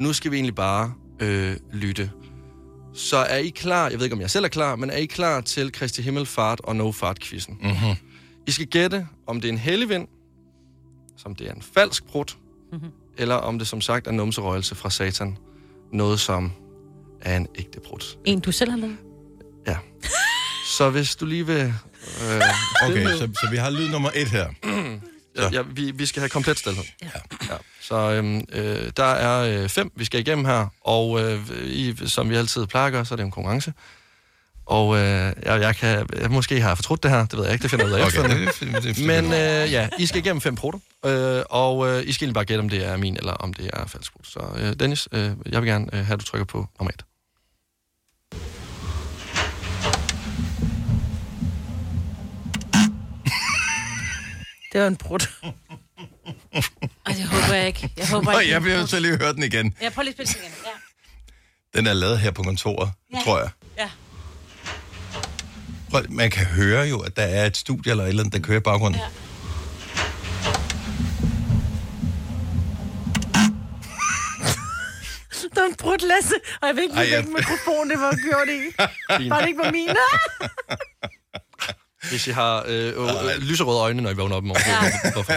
S3: Nu skal vi egentlig bare øh, lytte. Så er I klar, jeg ved ikke, om jeg selv er klar, men er I klar til Kristi Himmelfart og No fart quizzen
S1: Mhm.
S3: mm-hmm. I skal gætte, om det er en helligvind, som det er en falsk prut, mm-hmm. eller om det som sagt er numserøgelse fra satan. Noget, som er en ægte prut.
S2: En, du selv har lavet.
S3: Ja. Så hvis du lige vil... Øh,
S1: Okay, så, så vi har lyd nummer et her.
S3: Ja. Ja, vi, vi skal have komplet stillhed. Ja. Ja. Så øhm, øh, der er øh, fem, vi skal igennem her, og øh, i, som vi altid plejer at gøre, så er det en konkurrence. Og øh, jeg, jeg kan, jeg måske har jeg fortrudt det her, det ved jeg ikke, det finder jeg ud af
S1: Okay,
S3: efterfølgende.
S1: det, det, det,
S3: Men øh, ja, I skal igennem fem proter, øh, og øh, I skal egentlig bare gætte, om det er min eller om det er falsk prot. Så øh, Dennis, øh, jeg vil gerne øh, have, at du trykker på nummer et.
S4: Det var en prut.
S2: Ej, det håber jeg ikke. Jeg håber
S1: Nå,
S2: ikke.
S1: jeg bliver nødt til at lige høre den igen.
S2: Jeg prøver lige at spille den igen. Ja.
S1: Den er lavet her på kontoret, ja.
S2: Ja.
S1: tror jeg.
S2: ja.
S1: Prøv, man kan høre jo, at der er et studie eller et eller andet, der kører i baggrunden. Ja.
S4: Det var en prut, Lasse. Og jeg ved ikke,
S1: Ej, jeg-
S4: hvilken mikrofon det var gjort i. Bare det ikke var min. Ah!
S3: Hvis I har øh, øh, øh, lyserøde øjne, når I vågner op i morgen. Ja. Hvorfor?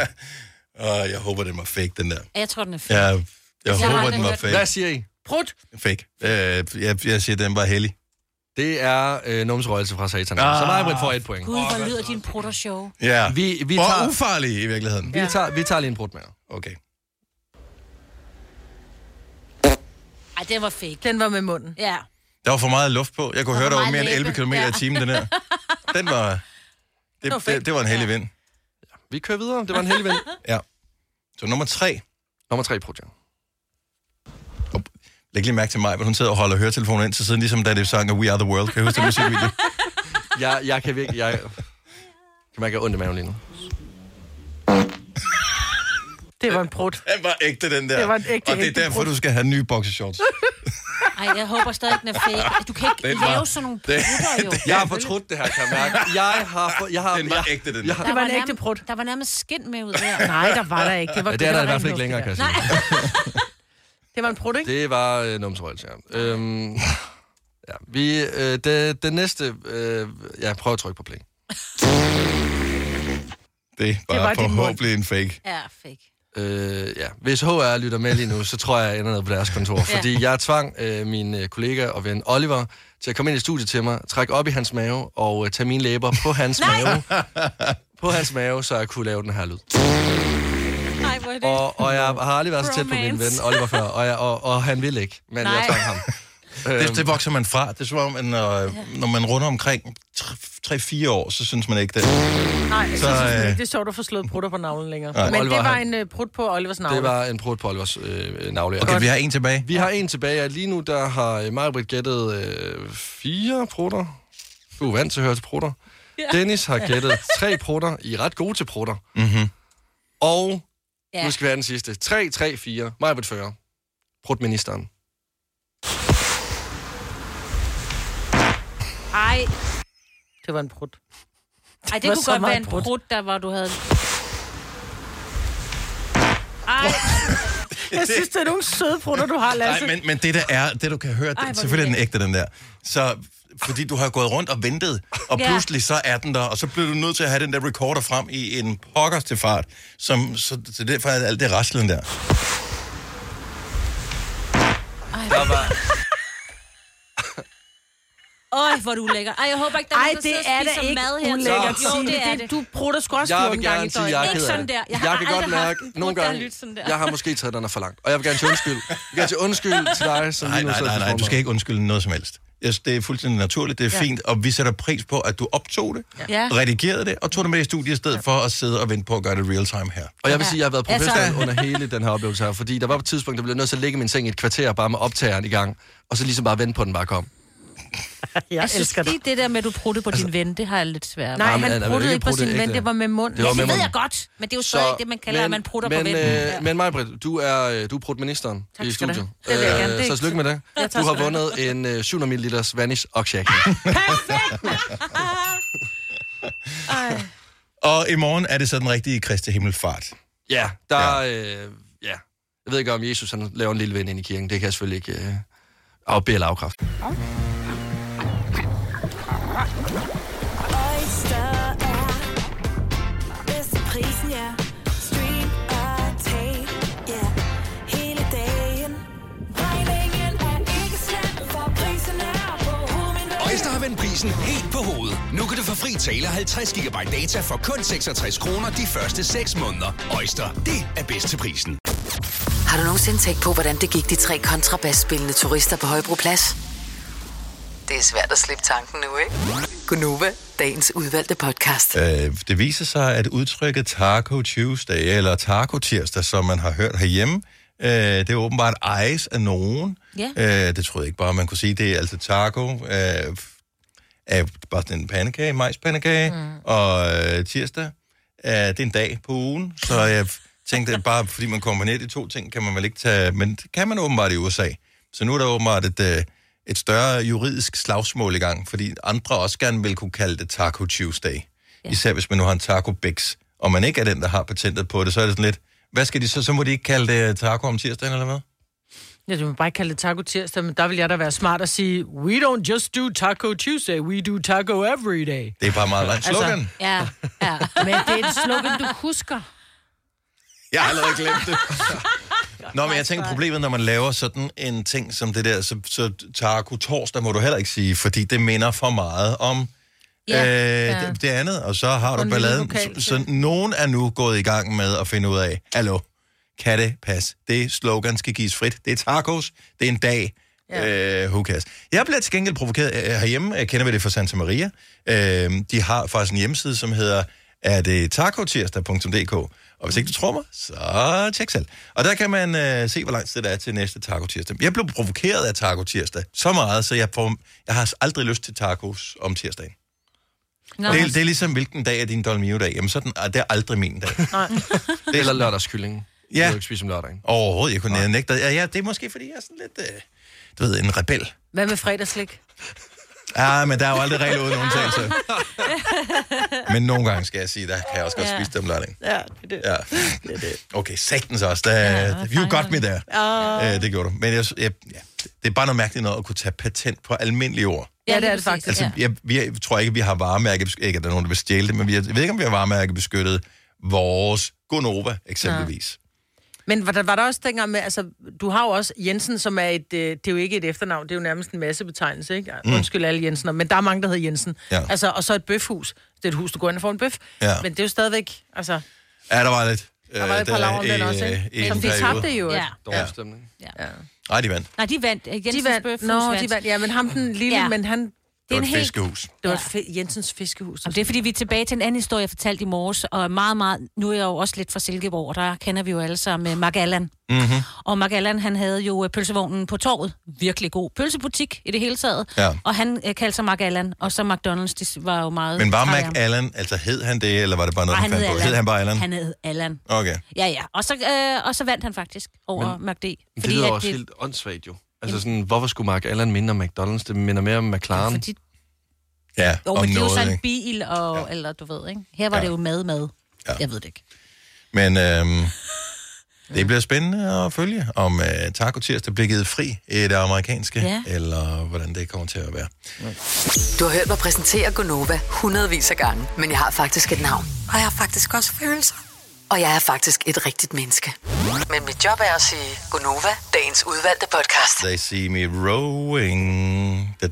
S1: Og jeg håber, den var fake, den der.
S2: Jeg tror, den er fed.
S1: Jeg, jeg, jeg
S2: har
S1: håber,
S2: aldrig
S1: den var
S2: hørt den.
S3: Hvad
S1: fake.
S3: siger I?
S4: Prut.
S1: fake. Øh, jeg, jeg siger, den var heldig.
S3: Det er øh, numsrøgelse fra satan. Ah. Så meget får et point.
S2: Gud, hvor lyder din prutter show.
S1: Ja.
S3: Vi, vi,
S1: og
S3: tager,
S1: ufarlig i virkeligheden.
S3: vi, tager, vi tager lige en brud med jer.
S1: Okay.
S2: Ej, det var fake.
S4: Den var med munden.
S2: Ja.
S1: Der var for meget luft på. Jeg kunne høre,
S2: for
S1: der
S2: meget
S1: var mere end 11
S2: læbe.
S1: km i
S2: Ja.
S1: timen, den her. Den var... Det,
S4: var
S1: det,
S4: fake.
S1: det, det var en heldig vind.
S3: Vi kører videre. Det var en heldig ven.
S1: Ja. Så nummer tre.
S3: Nummer tre brud, ja.
S1: Og Læg lige mærke til mig, men hun sidder og holder høretelefonen ind til siden, ligesom da det sang We Are The World. Kan I huske den musikvideo?
S3: Jeg, jeg kan virkelig... Jeg, kan man ikke have ondt i maven lige nu?
S4: Det var en prut.
S1: Den var ægte, den der.
S4: Det var en ægte,
S1: og det er
S4: ægte
S1: derfor, du skal have nye boxershorts.
S2: Ej, jeg håber stadig, den er fake. Du kan ikke
S1: Den
S2: den
S1: var-
S2: lave sådan nogle
S1: den-
S2: prutter, jo.
S3: Jeg har fortrudt det her, kan jeg mærke. Jeg har... For, jeg har
S1: Den var
S3: jeg,
S1: ægte, den
S3: jeg,
S1: der.
S2: Der
S4: Det var en ægte
S2: nærmest-
S4: prut.
S2: Der var nærmest skind med ud der.
S4: Nej, der var der ikke. Det var,
S3: Ja, det er der i
S4: var
S3: hvert fald
S4: ren
S3: ikke længere,
S4: luft,
S3: kan
S4: det
S3: jeg
S4: der.
S3: sige.
S4: Det var en prut, ikke?
S3: Det var øh, numsrøgelse, ja. Øhm, ja vi, øh, det, det næste... Øh, ja, prøv at trykke på play.
S1: Det var,
S4: var din mund.
S1: forhåbentlig en fake.
S2: Ja, fake.
S3: Øh, ja. Hvis HR lytter med lige nu, så tror jeg, jeg ender ned på deres kontor.
S2: Ja.
S3: Fordi jeg tvang øh, min øh, kollega og ven Oliver til at komme ind i studiet til mig, trække op i hans mave og øh, tage mine læber på hans mave. på hans mave, så jeg kunne lave den her lyd.
S2: Nej, hvor er det?
S3: Og, og jeg har aldrig været så tæt på min ven
S2: Romance.
S3: Oliver før, og, jeg, og, og han ville ikke, men
S2: Nej.
S3: Nej. jeg tvang ham. Øhm.
S1: Det, det vokser man fra. Det er som om, at når, når man runder omkring 3-4 år, så synes man ikke det.
S4: Nej, jeg
S1: Så,
S4: synes øh...
S1: øh,
S4: ikke, det står, du får slået prutter på navlen længere.
S1: Nej.
S4: Nej. Men
S3: Oliver,
S4: det var
S3: han-
S4: en uh, prut på Olivers navle.
S3: Det var en brud på Olivers øh, navle.
S1: Okay, vi har en tilbage.
S3: Vi har en tilbage, og lige nu der har Majbrit gættet øh, fire prutter. Du er vant til at høre til prutter. Ja. Dennis har gættet tre prutter. I er ret gode til prutter.
S1: Mm-hmm.
S3: Og ja.
S2: Ja.
S3: nu skal vi have den sidste. 3, 3, 4. Majbrit fører. Prutministeren.
S2: Ej,
S4: Det var en prut.
S2: ej det
S4: var
S2: kunne
S4: så
S2: godt
S4: meget
S2: være en
S4: brudt.
S2: brud, der var, du havde... Ej,
S4: Jeg synes, det er nogle søde prutter, du har,
S1: Nej,
S4: Lasse.
S1: men, men det der er, det du kan høre, Ej,
S2: hvor
S1: selvfølgelig er den
S2: lækkert.
S1: ægte, den der. Så, fordi du har gået rundt og ventet, og
S2: Ja.
S1: pludselig så er den der, og så bliver du nødt til at have den der recorder frem i en pokkers til fart, som, så, så derfor er alt det raslen der.
S2: øj, hvor er du ulækker. Ej, jeg håber ikke, der er
S4: Ej,
S2: nogen, der
S4: det
S2: sidder
S4: er
S2: og
S4: da
S2: spiser
S4: ikke
S2: mad her.
S4: ulækkert.
S2: Jo, det er det.
S4: Du prutter sgu også
S3: Jeg vil
S4: fjorten gange
S3: gerne
S4: i
S3: sige,
S4: døgnet.
S3: jeg er
S2: Ikke
S3: ked af
S2: sådan
S3: det.
S2: der. Jeg har
S3: jeg
S2: aldrig
S3: kan godt
S2: haft
S3: mærke,
S2: en brud,
S3: nogle
S2: der har
S3: gange,
S2: lyttet sådan der.
S3: jeg har måske taget den er for langt. Og jeg vil gerne til undskyld. Jeg vil gerne til undskyld til dig, som
S1: Nej,
S3: lige nu
S1: nej,
S3: sidder til
S1: nej, nej, du
S3: formiddag.
S1: skal ikke undskylde noget som helst. Jeg- Det er fuldstændig naturligt, det er ja. fint, og vi sætter pris på, at du optog det,
S2: Ja.
S1: redigerede det, og tog det med i studiet i stedet ja. for at sidde og vente på at gøre det real time her.
S3: Og jeg vil sige, at jeg har været
S2: Ja. Altså-
S3: professionel under hele den her oplevelse her, fordi der var på et tidspunkt, der blev jeg nødt til at ligge i min seng i et kvarter bare med optageren i gang, og så ligesom bare vente på, at den bare kom.
S4: Jeg elsker dig. Altså-
S2: Lige det der med, at du pruttede på din ven, det har jeg lidt svært.
S4: Nej,
S3: Jamen,
S4: han
S3: han er vel
S4: pruttede
S3: ikke
S4: ikke på
S3: pruttet
S4: sin
S3: ægte.
S4: ven, det var med mund.
S3: Det var
S2: Ja,
S3: med
S2: det ved
S3: munden.
S2: jeg godt, men det er jo så, ikke det, man kalder, at man prutter
S3: men,
S2: på vennen.
S3: Øh,
S2: Ja.
S3: Men Majbrit, du er, øh, du er prutministeren
S4: Tak
S3: i
S4: skal du
S3: studiet. Øh,
S4: have. Det vil jeg gerne. Det er
S3: så
S4: ikke-
S3: tillykke med det.
S4: Ja, tak
S3: du har
S4: skal du
S3: vundet en øh, 700 ml Vanish Oxjack.
S1: Og i morgen er det så den rigtige Kristi Himmelfart.
S3: ja, der øh, ja. Jeg ved ikke, om Jesus han laver en lille ven ind i kirken. Det kan jeg selvfølgelig ikke øh, afbede eller afkræfte.
S9: Oyster er bedst til prisen, ja. Stream og tag, ja. Hele dagen. Regningen er ikke slem, for prisen er på hovedet.
S8: Øjster har vendt prisen helt på hovedet. Nu kan du få fri tale 50 GB data for kun 66 kroner de første 6 måneder. Øjster, det er bedst til prisen.
S5: Har du nogensinde tænkt på, hvordan det gik de tre kontrabasspillende turister på Højbroplads? Det er svært at slippe tanken nu, ikke? Gunova, dagens udvalgte podcast.
S1: Øh, det viser sig, at udtrykket Taco Tuesday, eller Taco Tirsdag, som man har hørt herhjemme, øh, det er åbenbart ejes af nogen.
S2: Ja.
S1: Øh, det troede jeg ikke bare, man kunne sige. Det er altså taco, øh, er bare sådan en pandekage, majspandekage, mm. og øh, tirsdag, øh, det er en dag på ugen, så jeg tænkte, at bare fordi man kombinerer de to ting, kan man vel ikke tage, men det kan man åbenbart i USA. Så nu er der åbenbart et, øh, et større juridisk slagsmål i gang, fordi andre også gerne vil kunne kalde det Taco Tuesday. Ja. Især hvis man nu har en taco bix, og man ikke er den, der har patentet på det, så er det sådan lidt, hvad skal de så, så må de ikke kalde det taco om tirsdagen eller hvad?
S4: Ja, du må bare ikke kalde det taco tirsdag, men der vil jeg da være smart og sige, we don't just do taco Tuesday, we do taco every day.
S1: Det er bare meget langt slogan. Altså...
S2: Ja, ja.
S4: Men det er et slogan, du husker.
S1: Jeg har allerede glemt det. Nå, men jeg tænker, problemet, når man laver sådan en ting som det der, så, så taco torsdag må du heller ikke sige, fordi det minder for meget om
S2: Ja,
S1: øh, det, det andet, og så har du
S4: en lille
S1: balladen.
S4: lokal
S1: Så, så nogen er nu gået i gang med at finde ud af, hallo, kan det passe? Det slogan skal gives frit. Det er tacos, det er en dag. Ja. Øh, who cares? Jeg blev til gengæld provokeret øh, herhjemme. Jeg kender vi det fra Santa Maria. Øh, de har faktisk en hjemmeside, som hedder er det tacotirsdag.dk. Og hvis ikke du tror mig, så tjek selv. Og der kan man øh, se, hvor lang tid der er til næste taco tirsdag. Jeg blev provokeret af taco tirsdag så meget, så jeg, får, jeg har aldrig lyst til tacos om tirsdagen.
S2: Nå,
S1: Det er, det er ligesom, hvilken dag er din Dolmio-dag? Jamen, sådan, ah, det er aldrig min dag.
S3: Det Eller lørdagskyllingen. Ja. Det
S1: Ja.
S3: er jo ikke spise om lørdagen.
S1: Overhovedet, jeg kunne Nej. nægte. Ja, ja, det er måske, fordi jeg er sådan lidt, øh, du ved, en rebel.
S4: Hvad med fredagslik?
S1: Ja, ah, men der er jo aldrig regler uden undtagelse. men nogle gange skal jeg sige, der kan jeg også godt
S2: Ja.
S1: spise dem lørdag.
S4: Ja, det er det.
S1: Ja. Okay, satans også. Der, ja, you got me there.
S2: Ah.
S3: Øh,
S1: Ja. det gjorde du. Men jeg, jeg, ja, det er bare noget mærkeligt noget at kunne tage patent på almindelige ord.
S4: Ja, det er
S2: lige præcis.
S4: det faktisk.
S1: Altså,
S2: Ja.
S1: ja. jeg, vi, jeg tror ikke, vi har varemærke, ikke at der er nogen, der vil stjæle det, men vi har, jeg ved ikke, om vi har varemærkebeskyttet vores Gonova, eksempelvis. Ja.
S4: Men var der, var der også dengang med, altså, du har jo også Jensen, som er et, øh, det er jo ikke et efternavn, det er jo nærmest en masse betegnelse, ikke?
S1: Mm.
S4: Mm. Undskyld alle Jensener, men der er mange, der hedder Jensen.
S1: Ja.
S4: Altså, og så et bøfhus. Det er et hus, du går ind og får en bøf.
S1: Ja.
S4: Men det er jo stadigvæk, altså...
S1: Ja, der var lidt. øh,
S4: Der var lidt palaver om den også, ikke? Som de tabte jo.
S2: Ja.
S3: Dårlig
S1: Ja.
S3: stemning.
S2: ja.
S1: Nej, de vandt.
S2: Nej, de vandt. Øh, Jensens
S4: De vandt,
S2: Bøfhus
S4: nå,
S2: vandt.
S4: de vandt. Ja, men ham den lille,
S2: Ja.
S4: ja. men han...
S1: Det var
S2: en
S1: et
S2: helt-
S1: fiskehus.
S4: Det var ja. Jensens fiskehus. altså.
S2: Jamen, det er, fordi vi er tilbage til en anden historie, jeg fortalte i morges, og er meget, meget... Nu er jeg jo også lidt fra Silkeborg, og der kender vi jo alle sammen øh, Mark Allan.
S1: Mm-hmm.
S2: Og Mark Allan, han havde jo øh, pølsevognen på torvet. Virkelig god pølsebutik i det hele taget.
S1: Ja.
S2: Og han øh, kaldte sig Mark Allan, og så McDonald's, de s- var jo meget...
S1: Men var
S2: trætte af
S1: Mac
S2: ham.
S1: Allen, altså hed han det, eller var det bare noget,
S2: Nej,
S1: han,
S2: han hed
S1: fandt på?
S2: Allan.
S1: Hed han bare Allen?
S2: Han hed Allan.
S1: Okay.
S2: Ja, ja. Og så, øh, og så vandt han faktisk over
S3: Men-
S2: Men, McD.
S3: Men det lyder også helt åndssvagt jo. Altså sådan, hvorfor skulle Mark Allen minde om McDonald's? Det minder mere om McLaren.
S2: Fordi,
S1: Ja,
S2: jo,
S1: om
S2: men det er jo
S1: noget,
S2: sådan en
S1: ikke?
S2: bil, og, ja. eller du ved, ikke? Her var
S1: Ja.
S2: ja. det jo mad, mad.
S1: Ja.
S2: Ja. Jeg ved det ikke.
S1: Men øhm, det bliver spændende at følge, om øh, Taco Tirsdag bliver givet fri i det amerikanske,
S2: Ja.
S1: eller hvordan det kommer til at være.
S5: Du har hørt mig præsentere Gonova hundredvis af gange, men jeg har faktisk et navn. Og jeg har faktisk også følelser. Og jeg er faktisk et rigtigt menneske. Men mit job er at sige Gonova, dagens udvalgte podcast.
S1: They see me rowing. Da,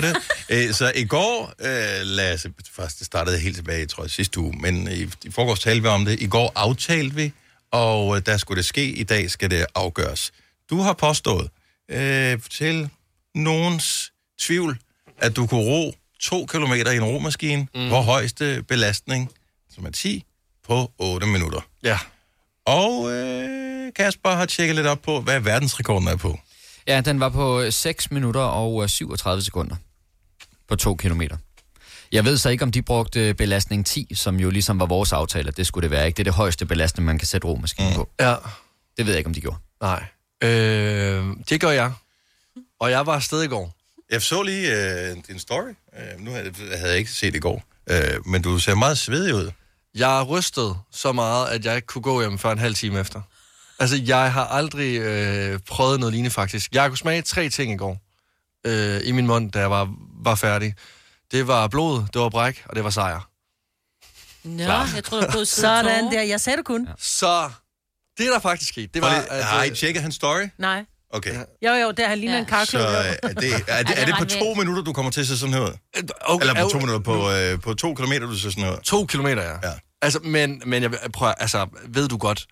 S1: da. Æ, så i går, øh, Lasse, faktisk det startede helt tilbage, tror jeg, sidste uge, men i, i forgårs talte vi om det. I går aftalte vi, og øh, der skulle det ske. I dag skal det afgøres. Du har påstået øh, til nogens tvivl, at du kunne ro to kilometer i en romaskine mm. på højeste belastning, som er 10, på 8 minutter.
S3: Ja.
S1: Og øh, Kasper har tjekket lidt op på, hvad verdensrekorden er på.
S10: Ja, den var på øh, 6 minutter og øh, 37 sekunder på 2 kilometer. Jeg ved så ikke, om de brugte øh, belastning 10, som jo ligesom var vores aftale, at det skulle det være. Ikke? Det er det højeste belastning, man kan sætte romaskinen mm. på.
S3: Ja.
S10: Det ved jeg ikke, om de gjorde.
S3: Nej. Øh, det gør jeg. Og jeg var afsted i går.
S1: Jeg så lige øh, din story. Øh, nu havde, havde jeg ikke set det i går. Øh, men du ser meget svedig ud.
S3: Jeg er rystet så meget, at jeg ikke kunne gå hjem før en halv time efter. Altså, jeg har aldrig øh, prøvet noget lignende, faktisk. Jeg kunne smage tre ting i går øh, i min mund, da jeg var, var færdig. Det var blod, det var bræk, og det var sejr.
S2: Nå, jeg tror, du
S4: Sådan der. Jeg sagde du kun. Ja.
S3: Så det, der faktisk skete, det var...
S1: Var,
S3: at, øh,
S1: har I tjekket hans story?
S4: Nej.
S1: Okay.
S3: Ja.
S4: Jo, jo, der han ligner
S2: Ja.
S4: en
S1: Så
S4: karklub.
S1: øh, er det, er det, er det på to minutter, du kommer til at se sådan her ud?
S3: okay,
S1: Eller på to
S3: au-
S1: minutter, på, øh, på to kilometer, du ser sådan her ud?
S3: To kilometer, ja.
S1: Ja.
S3: Altså, men, men jeg prøver, altså, ved du godt...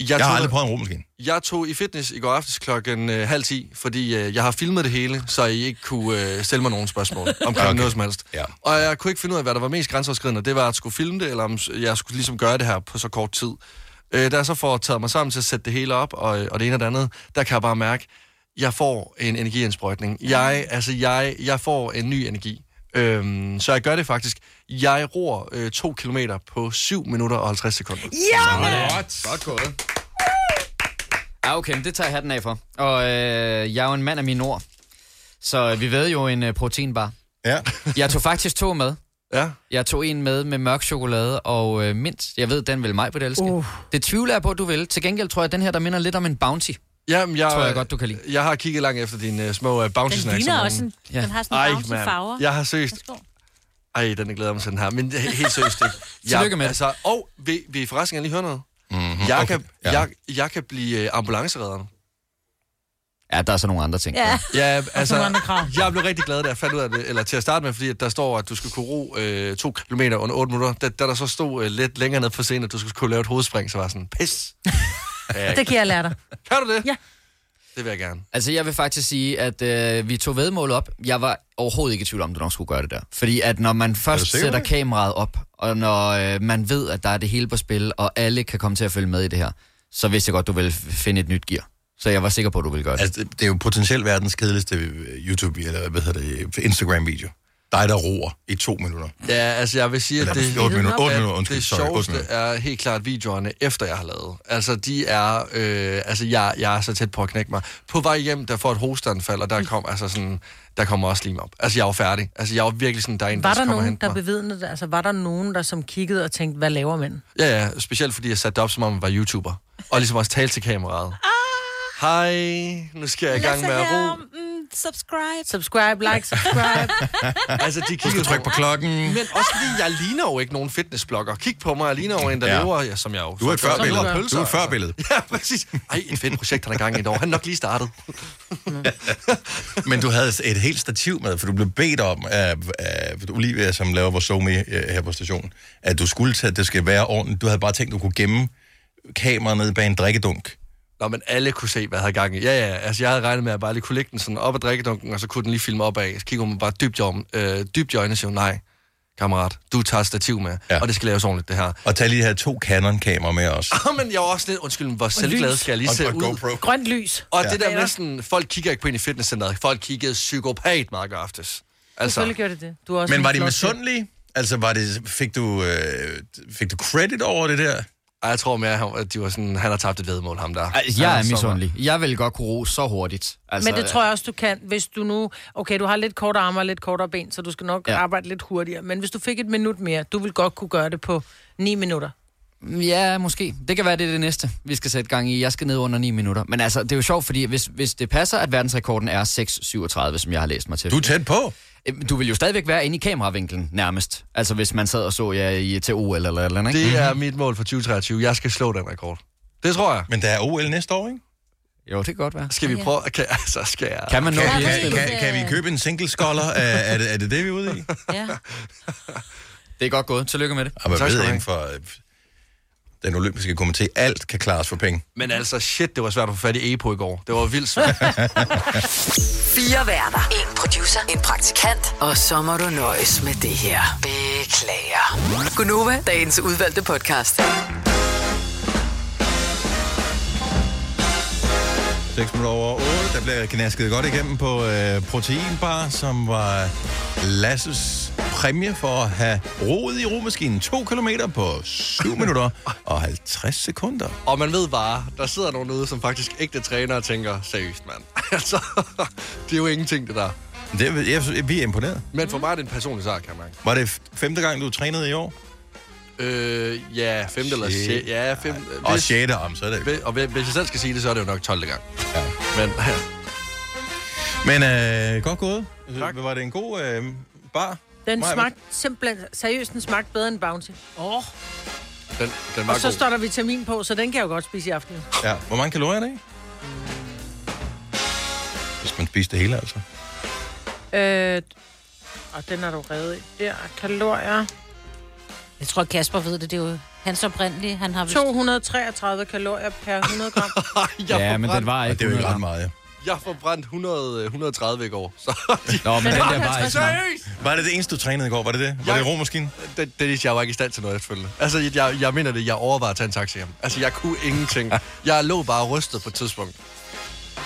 S3: Jeg,
S1: Jeg har
S3: tog-
S1: aldrig prøvet en rummaskine.
S3: Jeg tog i fitness i går aftes klokken øh, halv ti, fordi øh, jeg har filmet det hele, så I ikke kunne øh, stille mig nogen spørgsmål omkring
S1: Okay.
S3: okay. noget som helst.
S1: Ja.
S3: Og jeg kunne ikke finde ud af, hvad der var mest grænseoverskridende. Det var at skulle filme det, eller om s- jeg skulle ligesom gøre det her på så kort tid. Øh, da jeg så får taget mig sammen til at sætte det hele op, og, øh, og det ene og det andet, der kan jeg bare mærke, jeg får en energiindsprøjtning. Jeg, altså jeg, jeg får en ny energi. Øhm, så jeg gør det faktisk. Jeg ror øh, to kilometer på 7 minutter og 50 sekunder.
S10: Godt gået. Ja, Ah, okay, men det tager jeg hatten af for. Og øh, jeg er jo en mand af min ord, så vi ved jo en øh, proteinbar.
S1: Ja.
S10: Jeg tog faktisk to med.
S3: Ja.
S10: Jeg tog en med med mørk chokolade og øh, mint. Jeg ved, den vil mig på det elske. Uh. Det tvivler jeg på, du vil. Til gengæld tror jeg, at den her, der minder lidt om en bounty.
S3: Jamen, jeg,
S10: Tror jeg godt, du kan lide.
S3: Jeg har kigget langt efter dine uh, små uh, bounty
S2: Den
S3: snacks.
S2: ligner
S3: om
S2: også en...
S3: morgenen.
S10: Ja.
S2: Ja. Den har sådan en bouncy
S3: mand.
S2: farver.
S3: Jeg har seriøst...
S2: Værsgo.
S3: Ej, den glæder jeg mig til den her. Men øh, he- helt seriøst ikke. Jeg,
S10: Tillykke med det. Mhm,
S3: altså, Og vil, vil I forresten gerne lige høre noget? Mm-hmm. Jeg, kan,
S1: ja.
S3: jeg, jeg kan blive uh, ambulanceredder nu.
S10: Ja, der er så nogle andre ting.
S2: Ja.
S3: Ja,
S2: nogle
S3: altså,
S2: andre krav.
S3: jeg blev rigtig glad, da jeg fandt ud af det, eller til at starte med, fordi at der står, at du skal kunne ro øh, to kilometer under 8 minutter. Da, da der så stod øh, lidt længere ned på scenen, at du skulle kunne lave et hovedspring, så var jeg sådan, pis. ja,
S4: Det kan jeg lære dig.
S3: kan du det?
S4: Ja.
S3: Det vil jeg gerne.
S10: Altså, jeg vil faktisk sige, at øh, vi tog vedmålet op. Jeg var overhovedet ikke i tvivl om, at du nok skulle gøre det der. Fordi at når man først
S1: sikker på
S10: sætter
S1: det?
S10: kameraet op, og når øh, man ved, at der er det hele på spil, og alle kan komme til at følge med i det her, så vidste jeg godt, du ville f- finde et nyt gear. Så jeg var sikker på, at du ville gøre det.
S1: Altså, det, det er jo potentielt verdens kedeligste øh, YouTube, eller hvad hedder det, Instagram-video. Dig, der roer i to minutter.
S3: Ja, altså jeg vil sige, at
S1: Eller
S3: det,
S1: 8 minutter, 8 minutter,
S3: at
S1: undskyld,
S3: det
S1: sorry, 8
S3: sjoveste
S1: minutter.
S3: er helt klart videoerne, efter jeg har lavet. Altså, de er... Øh, altså, jeg, jeg er så tæt på at knække mig. På vej hjem, der får et hosteanfald, og der, kom, altså sådan, der kommer også lige op. Altså, jeg er jo færdig. Altså, jeg er jo virkelig sådan, der er en,
S4: Var
S3: der,
S4: der
S3: kommer
S4: nogen,
S3: hen
S4: der bevidnede det? Altså, var der nogen, der som kiggede og tænkte, hvad laver mænd?
S3: Ja, ja, specielt fordi jeg satte det op, som om jeg var YouTuber.
S4: Ah!
S3: Og ligesom også talte til kameraet. Hej, nu skal jeg i gang med at ro.
S2: Mm, subscribe.
S4: Subscribe, like, subscribe.
S3: altså, de
S1: Du
S3: kigger
S1: skal trykke på klokken.
S3: Men også fordi, jeg ligner jo ikke nogen fitnessblogger. Kig på mig, jeg ligner jo en, der
S1: Ja.
S3: ja. lever, ja, som jeg jo.
S1: Du er et
S3: som- som
S1: førbillede.
S3: lever af pølser,
S1: Du er et
S3: altså.
S1: førbillede.
S3: Ja, præcis. Ej, et fedt projekt, han er gang i et år. Han er nok lige startet.
S1: Mm. Men du havde et helt stativ med, for du blev bedt om af, af Olivia, som laver vores somi her på stationen, at du skulle tage, at det skal være ordentligt. Du havde bare tænkt, at du kunne gemme kameraet nede bag en drikkedunk.
S3: Nå, men alle kunne se, hvad jeg havde gang i. Ja, ja, altså jeg havde regnet med, at jeg bare lige kunne lægge den sådan op ad drikkedunken, og så kunne den lige filme op af. Så kigger man bare dybt i, om, øh, dybt i øjnene og siger, nej, kammerat, du tager stativ med,
S1: Ja.
S3: ja. og det skal laves ordentligt, det her.
S1: Og tage lige her to Canon-kameraer med os.
S3: Åh, men jeg var også lidt, undskyld, hvor selvglad skal jeg lige
S1: Og,
S3: se
S1: og
S3: ud.
S1: GoPro.
S4: Grønt lys.
S3: Og ja. det der med sådan, folk kigger ikke på ind i fitnesscenteret, folk kiggede psykopat meget aftes.
S4: Selvfølgelig
S3: Altså,
S4: gør det det. Du er også
S1: Men
S4: en
S1: var de
S4: flot fyr.
S1: misundelige? Altså, var det, fik, du, øh, fik du credit over det der?
S3: ej, jeg tror mere, at de var sådan, han har tabt et vedmål, ham der.
S10: Altså, jeg
S3: Han
S10: er
S3: så-
S10: misundelig. Jeg vil godt kunne ro så hurtigt. Altså,
S4: Men det tror jeg også, du kan, hvis du nu... Okay, du har lidt kortere arme og lidt kortere ben, så du skal nok
S10: Ja.
S4: ja. arbejde lidt hurtigere. Men hvis du fik et minut mere, du vil godt kunne gøre det på 9 minutter.
S10: "Mm, Ja, måske. Det kan være, det er det næste, vi skal sætte gang i. Jeg skal ned under 9 minutter. Men altså, det er jo sjovt, fordi hvis, hvis det passer, at verdensrekorden er 6.37, som jeg har læst mig til.
S1: Du er tæt på.
S10: Øh, du vil jo stadigvæk være inde i kameravinkelen, nærmest. Altså, hvis man sad og så jer i, til OL eller et eller andet, ikke? Mhm.
S3: Det er mit mål for 2023. Jeg skal slå den rekord. Det tror jeg.
S1: Men der er OL næste år, ikke?
S10: Jo, det kan godt være.
S3: Skal vi prøve? Okay, altså, skal jeg...
S10: Kan man nå
S1: Kan,
S10: det?
S1: kan, kan, kan vi købe en single scholar? er, er, det, er det det, vi er ude i?
S2: Ja.
S10: Det er godt gået. Tillykke med det.
S1: Og man
S3: Tak skal
S1: ved
S3: du have.
S1: inden for øh, den olympiske komité, alt kan klares for penge.
S3: Men altså, shit, det var svært at få fat i Epo i går. Det var vildt svært.
S5: Fire værter. En producer. En praktikant. Og så må du nøjes med det her. Beklager. Gunova, dagens udvalgte podcast.
S1: 6 minutter over 8, der blev knasket godt igennem på øh, proteinbar, som var Lasses præmie for at have roet i romaskinen 2 km på 7 minutter og 50 sekunder.
S3: og man ved bare, der sidder nogen ude, som faktisk ægte træner og tænker, seriøst, mand. altså, det er jo ingenting, det der.
S1: Det, er- jeg, synes- vi er imponeret.
S3: Men for mig er det en personlig sag, kan man.
S1: Var det f- femte gang, du trænede i år?
S3: Øh, ja, femte eller
S1: Shit.
S3: sjette. Ja, fem,
S1: Og
S3: hvis,
S1: sjette om, så er det jo-
S3: hvis, og hvis, hvis jeg selv skal sige det, så er det jo nok 12. gang.
S1: Ja.
S3: Men
S1: Men øh, godt gået.
S3: Tak.
S1: Var det en god øh, bar?
S4: Den
S1: Maja,
S4: smagte simpelthen... Seriøst, den smagte bedre end Bounty. Oh.
S3: den, den var
S4: Og så
S3: god.
S4: står der vitamin på, så den kan jeg jo godt spise i aften.
S1: Ja. Hvor mange kalorier er det i? Hvis man spiser det hele, altså.
S4: Øh, og den er du reddet i. Der er kalorier.
S2: Jeg tror, Kasper ved det. Det er jo hans oprindelige. Han har vist...
S4: 233 kalorier per 100 gram.
S3: jeg
S10: Ja, men den
S3: forbrændt-
S10: var
S1: Og det
S10: ikke
S1: er jo ikke
S10: 100
S1: ret
S10: gram.
S1: meget, ja.
S3: Jeg forbrændt 100, 130 i går, så
S10: Nå, men den der var ikke så meget.
S3: Seriøst?
S1: Var det det eneste, du trænede i går? Var det det? Var
S3: Jeg-
S1: det romaskinen?
S3: Det, Dennis, jeg var ikke i stand til noget efterfølgende. Altså, jeg, jeg mener det, jeg overvejede at tage en taxi hjem. Altså, jeg kunne ingenting. Jeg lå bare rystet på et tidspunkt.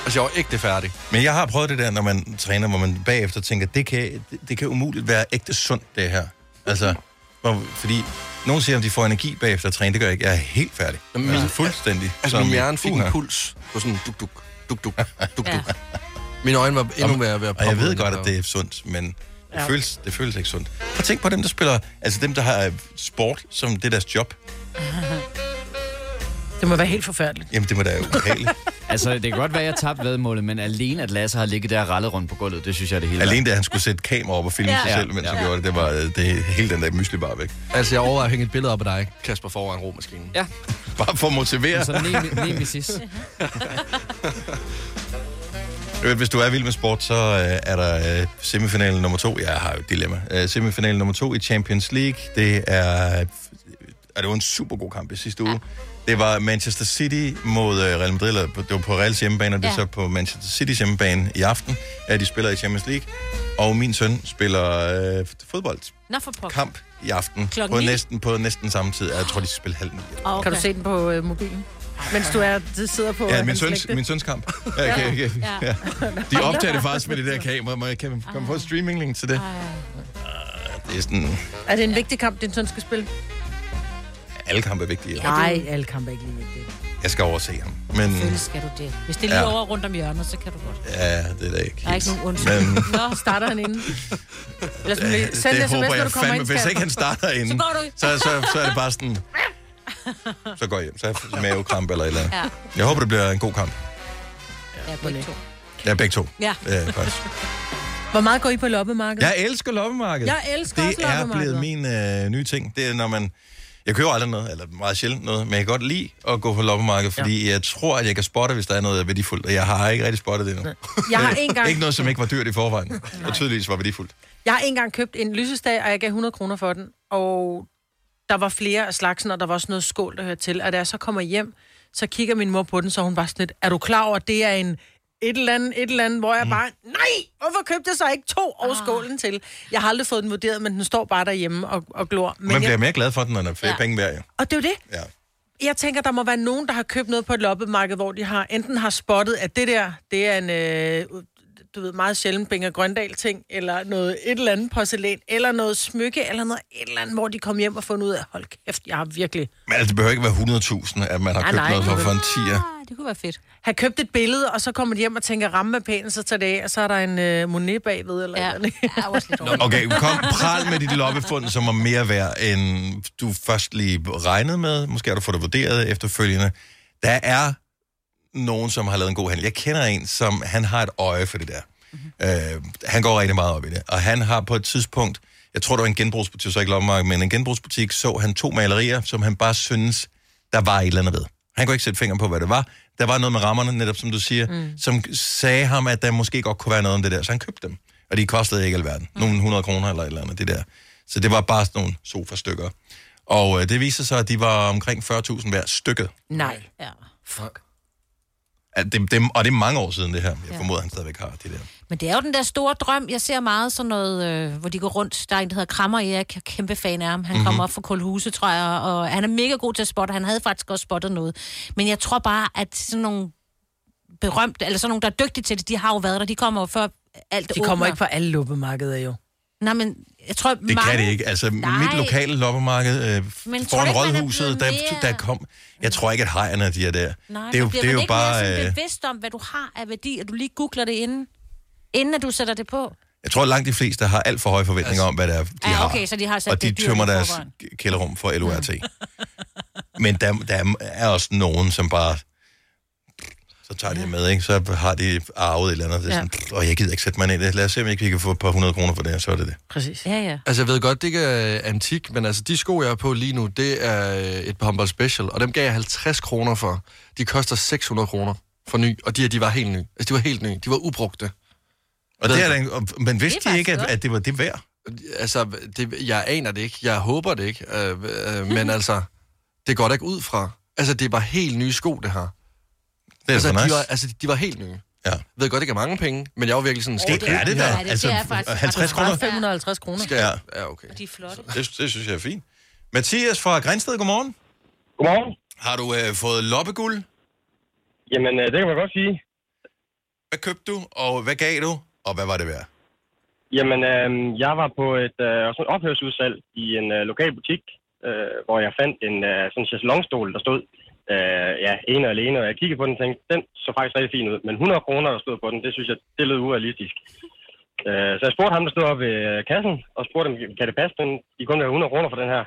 S3: Altså, jeg var ikke det færdig.
S1: Men jeg har prøvet det der, når man træner, hvor man bagefter tænker, det kan, det, det kan umuligt være ægte sundt, det her. Altså, hvor, fordi nogen siger, om de får energi bagefter at træne, det gør jeg ikke. Jeg er helt færdig.
S3: Jamen,
S1: altså,
S3: min-
S1: fuldstændig.
S3: Altså, min hjerne fik
S1: Puh,
S3: en
S1: nej.
S3: puls på sådan duk, duk, duk, duk, duk,
S2: Ja.
S3: duk. Mine øjne var endnu mere ved at
S1: Og jeg
S3: poppe ud,
S1: ved
S3: end
S1: godt, at
S3: var.
S1: det er sundt, men det, ja.
S4: Ja.
S1: føles, det føles ikke sundt. Prøv at tænk på dem, der spiller, altså dem, der har øh, sport som det er deres job.
S4: Det må være helt forfærdeligt.
S1: Jamen, det må da være ubehageligt.
S10: Altså, det kan godt være, at jeg tabte vedmålet, men alene at Lasse har ligget der og rallet rundt på gulvet, det synes jeg er det hele. værd.
S1: Alene da han skulle sætte kamera op og filme ja.
S2: Ja.
S1: sig selv, mens ja. han gjorde det, det var øh, det, hele den der mysli bare væk.
S3: Altså, jeg overvejede at hænge et billede op af dig, Kasper, foran romaskinen.
S10: Ja,
S1: Bare for at motivere.
S10: så nem, nem sidst.
S1: Øh, Hvis du er vild med sport, så øh, er der øh, semifinalen nummer to. Jeg har jo et dilemma. Øh, semifinalen nummer to i Champions League. Det er... øh, Er det var en super god kamp i sidste uge. Det var Manchester City mod øh, Real Madrid. Eller, på- det var på Reals hjemmebane, og det er
S2: Ja.
S1: så på Manchester City's hjemmebane i aften, at de spiller i Champions League. Og min søn spiller øh, fodboldkamp
S2: Nå, for pokker.
S1: i aften.
S2: Klokken
S1: På
S2: ni?
S1: næsten, på næsten samme tid. Jeg tror, de skal spille halv ni.
S2: Åh, Ah, Okay.
S4: Kan du se den på øh, mobilen? Mens du er, du sidder på...
S1: Ja,
S4: øh,
S1: min
S4: hans
S1: søns,
S4: lægte.
S1: min søns kamp. Ja, okay, okay.
S2: Ja.
S1: Ja. De optager det faktisk med det der kamera. Må jeg, kan man komme på streaminglink til det? Det er sådan,
S4: Er det en vigtig kamp, din søn skal spille?
S1: alle kampe er vigtige.
S4: Nej, alle kampe er ikke lige vigtige.
S1: Jeg skal overse ham. Men
S2: Selvfølgelig skal du det. Hvis det er lige
S1: Ja.
S2: over rundt om hjørnet, så kan du godt.
S1: ja, det er da ikke
S2: Der er ikke nogen undskyld.
S1: Men
S2: Nå,
S4: Starter han inden? Lad os
S1: det,
S4: send
S1: det
S4: det sms,
S1: håber
S4: når
S1: jeg
S4: du kommer
S1: fandme.
S4: ind,
S1: Hvis ikke
S4: Kasper.
S1: han starter inden,
S2: går du ikke.
S1: så, så, så er det bare sådan... Så går jeg hjem. Så er jeg mavekramp eller et eller andet.
S2: Ja.
S1: Jeg håber, det bliver en god kamp.
S2: ja, begge to.
S1: Ja, begge to.
S4: Ja.
S1: Øh, faktisk.
S4: Hvor meget går I på loppemarkedet?
S1: Jeg elsker loppemarkedet.
S4: Jeg elsker
S1: det
S4: også
S1: Det er blevet
S4: loppemarkeder.
S1: min øh, nye ting. Det er, når man... Jeg køber aldrig noget, eller meget sjældent noget, men jeg kan godt lide at gå på loppemarkedet, fordi ja. jeg tror, at jeg kan spotte, hvis der er noget værdifuldt, og jeg har ikke rigtig spottet det endnu.
S4: Jeg har en gang-
S1: ikke noget, som ikke var dyrt i forvejen, og tydeligvis var værdifuldt.
S4: Jeg har engang købt en lysestag, og jeg gav 100 kroner for den. Og der var flere af slagsen, og der var også noget skål, der hørte til. Og da jeg så kommer hjem, så kigger min mor på den, så er hun bare sådan lidt, er du klar over, at det er en et eller andet, et eller andet, hvor jeg bare, nej, hvorfor købte jeg så ikke to og skålen til? Jeg har aldrig fået den vurderet, men den står bare derhjemme og, og glor. Men
S1: Man
S4: jeg,
S1: bliver mere glad for den, når der er flere
S4: Ja.
S1: ja. penge værd. jo.
S4: Og det er jo det.
S1: Ja.
S4: Jeg tænker, der må være nogen, der har købt noget på et loppemarked, hvor de har enten har spottet, at det der, det er en, øh, du ved, meget sjældent Binger Grøndal-ting, eller noget et eller andet porcelæn, eller noget smykke, eller noget et eller andet, hvor de kom hjem og fundet ud af, hold kæft, jeg har virkelig...
S1: Men altså, det behøver ikke være 100.000, at man har
S4: Nej,
S1: købt
S4: nej.
S1: noget for, for en tier.
S4: Det kunne være fedt. Har købt et billede, og så kommer de hjem og tænker, ramme er pæn, så tager det af, og så er der en øh, Monet bagved, eller ja. eller andet.
S1: Okay, kom pral med dit loppefund, som er mere værd, end du først lige regnede med. Måske har du fået det vurderet efterfølgende. Der er nogen, som har lavet en god handel. Jeg kender en, som han har et øje for det der. Mm-hmm. Øh, han går rigtig meget op i det. Og han har på et tidspunkt, jeg tror det var en genbrugsbutik, så ikke lommemarked, men en genbrugsbutik, så han to malerier, som han bare synes, der var et eller andet ved. Han kunne ikke sætte fingeren på, hvad det var. Der var noget med rammerne, netop som du siger, mm. som sagde ham, at der måske godt kunne være noget om det der. Så han købte dem. Og de kostede ikke alverden. Nogle 100 kroner eller et eller andet, det der. Så det var bare sådan nogle sofastykker. Og øh, det viste sig, at de var omkring 40.000 hver stykket.
S4: Nej.
S2: Ja.
S4: Fuck.
S1: At det, det, og det er mange år siden det her. Jeg
S2: Ja.
S1: formoder, han stadigvæk har det der.
S2: Men det er jo den der store drøm. Jeg ser meget sådan noget, øh, hvor de går rundt. Der er en, der hedder Krammer Erik. Jeg er kæmpe fan af ham. Han mm-hmm.
S1: Mhm.
S2: kommer op fra Kulhuse, tror jeg. Og han er mega god til at spotte. Han havde faktisk også spottet noget. Men jeg tror bare, at sådan nogle berømte, eller sådan nogle, der er dygtige til det, de har jo været der. De kommer jo før alt
S4: De kommer ikke på alle loppemarkeder jo.
S2: Nej, men jeg tror,
S1: Det
S2: mange...
S1: kan det ikke. Altså, Nej.
S2: Nej.
S1: mit lokale loppemarked øh,
S2: Men tror
S1: foran
S2: du ikke, man er
S1: rådhuset, der,
S2: blevet mere-
S1: der kom... Jeg tror ikke, at hejerne, de er der.
S2: Nej,
S1: det er jo,
S2: bliver
S1: det
S2: man
S1: er jo
S2: ikke mere
S1: bare...
S2: sådan
S1: Øh,
S2: bevidst om, hvad du har af værdi, at du lige googler det inden, inden at du sætter det på.
S1: jeg tror, at langt de fleste har alt for høje forventninger om, hvad det er, de
S2: Ja,
S1: har.
S2: okay, så de har sat
S1: Og de
S2: Altså, det dyrt i
S1: tømmer deres
S2: forvejen.
S1: kælderrum for LORT. Men der, der er også nogen, som bare... Så tager de det med, ikke? Så har de arvet et eller andet. Det
S2: Ja.
S1: er sådan, "Pff, åh, jeg gider ikke sætte mig ind i det. Lad os se, om ikke vi kan få et par hundrede kroner for det, og så er det det.
S4: Præcis.
S2: Ja, ja.
S3: Altså, jeg ved godt, det ikke er antik, men altså, de sko, jeg er på lige nu, det er øh, et par Humble Special, og dem gav jeg 50 kroner for. De koster 600 kroner for ny, og de her, de var helt nye. Altså, de var helt nye. De var ubrugte.
S1: Og det er
S3: Ved-
S1: der, en- og- men vidste
S3: Det er
S1: de ikke,
S3: faktisk
S1: at,
S3: godt.
S1: at det var det værd?
S3: Altså, det, jeg aner det ikke. Jeg håber det ikke. Øh, øh, men altså, det går da ikke ud fra. Altså, det var helt nye sko, det her.
S1: da
S3: altså,
S1: for nice.
S3: de var, altså, de var helt nye.
S1: Ja.
S3: Jeg ved godt, det er mange penge, men jeg var virkelig sådan...
S1: Det er det da. Ja, det- det Altså, er faktisk- 50 kroner?
S4: 550 kroner.
S1: Skal jeg?
S3: Ja, okay.
S2: De er flotte.
S1: Det, det synes jeg er fint. Mathias fra Grænsted, godmorgen.
S11: Godmorgen.
S1: Har du øh, fået loppeguld?
S11: Jamen, øh, det kan man godt sige.
S1: Hvad købte du, og hvad gav du, og hvad var det værd?
S11: Jamen, øh, jeg var på et øh, også et ophørsudsalg i en øh, lokal butik, øh, hvor jeg fandt en øh, sådan en chaiselongstol, der stod øh, ja, ene og alene, og jeg kiggede på den og tænkte, den så faktisk rigtig fin ud, men 100 kroner, der stod på den, det synes jeg, det lød urealistisk. Øh, så jeg spurgte ham, der stod oppe ved øh, kassen, og spurgte dem, kan det passe, den, de kun vil have 100 kroner for den her?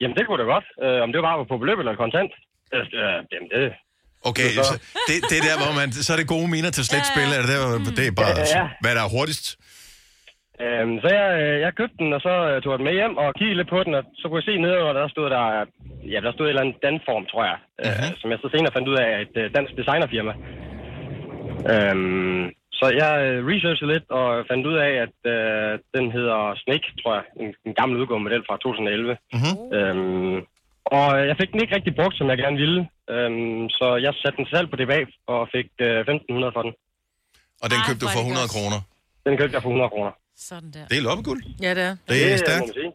S11: Jamen, det kunne det godt. Øh, om det bare var på beløb eller kontant? Øh, øh, jamen, det...
S1: Okay, så det, det er der, hvor man... Så er det gode miner til slet spil, er det der, hvor- det er bare,
S11: Ja, ja.
S1: hvad der er hurtigst.
S11: Øhm, så jeg, øh, jeg købte den, og så øh, tog jeg den med hjem og kiggede lidt på den, og så kunne jeg se nedenunder, der stod der, øh, ja, der stod en eller anden danform, tror jeg, øh,
S1: Mhm.
S11: som jeg så senere fandt ud af, er et øh, dansk designerfirma. Øhm, så jeg øh, researchede lidt og fandt ud af, at øh, den hedder Snake, tror jeg, en, en gammel udgave model fra 2011.
S1: Mm-hmm.
S11: Øhm, og jeg fik den ikke rigtig brugt, som jeg gerne ville, øhm, så jeg satte den til salg på DBA og fik øh, 1.500 for den.
S1: Og den
S11: Ej,
S1: købte du
S11: hvor er
S1: for
S11: det
S1: 100
S11: godt.
S1: kroner.
S11: Den købte jeg for 100 kroner.
S2: Sådan der.
S1: Det er loppeguld.
S4: Ja, det er.
S1: Det er
S11: øh, må
S1: stærkt.
S11: man sige.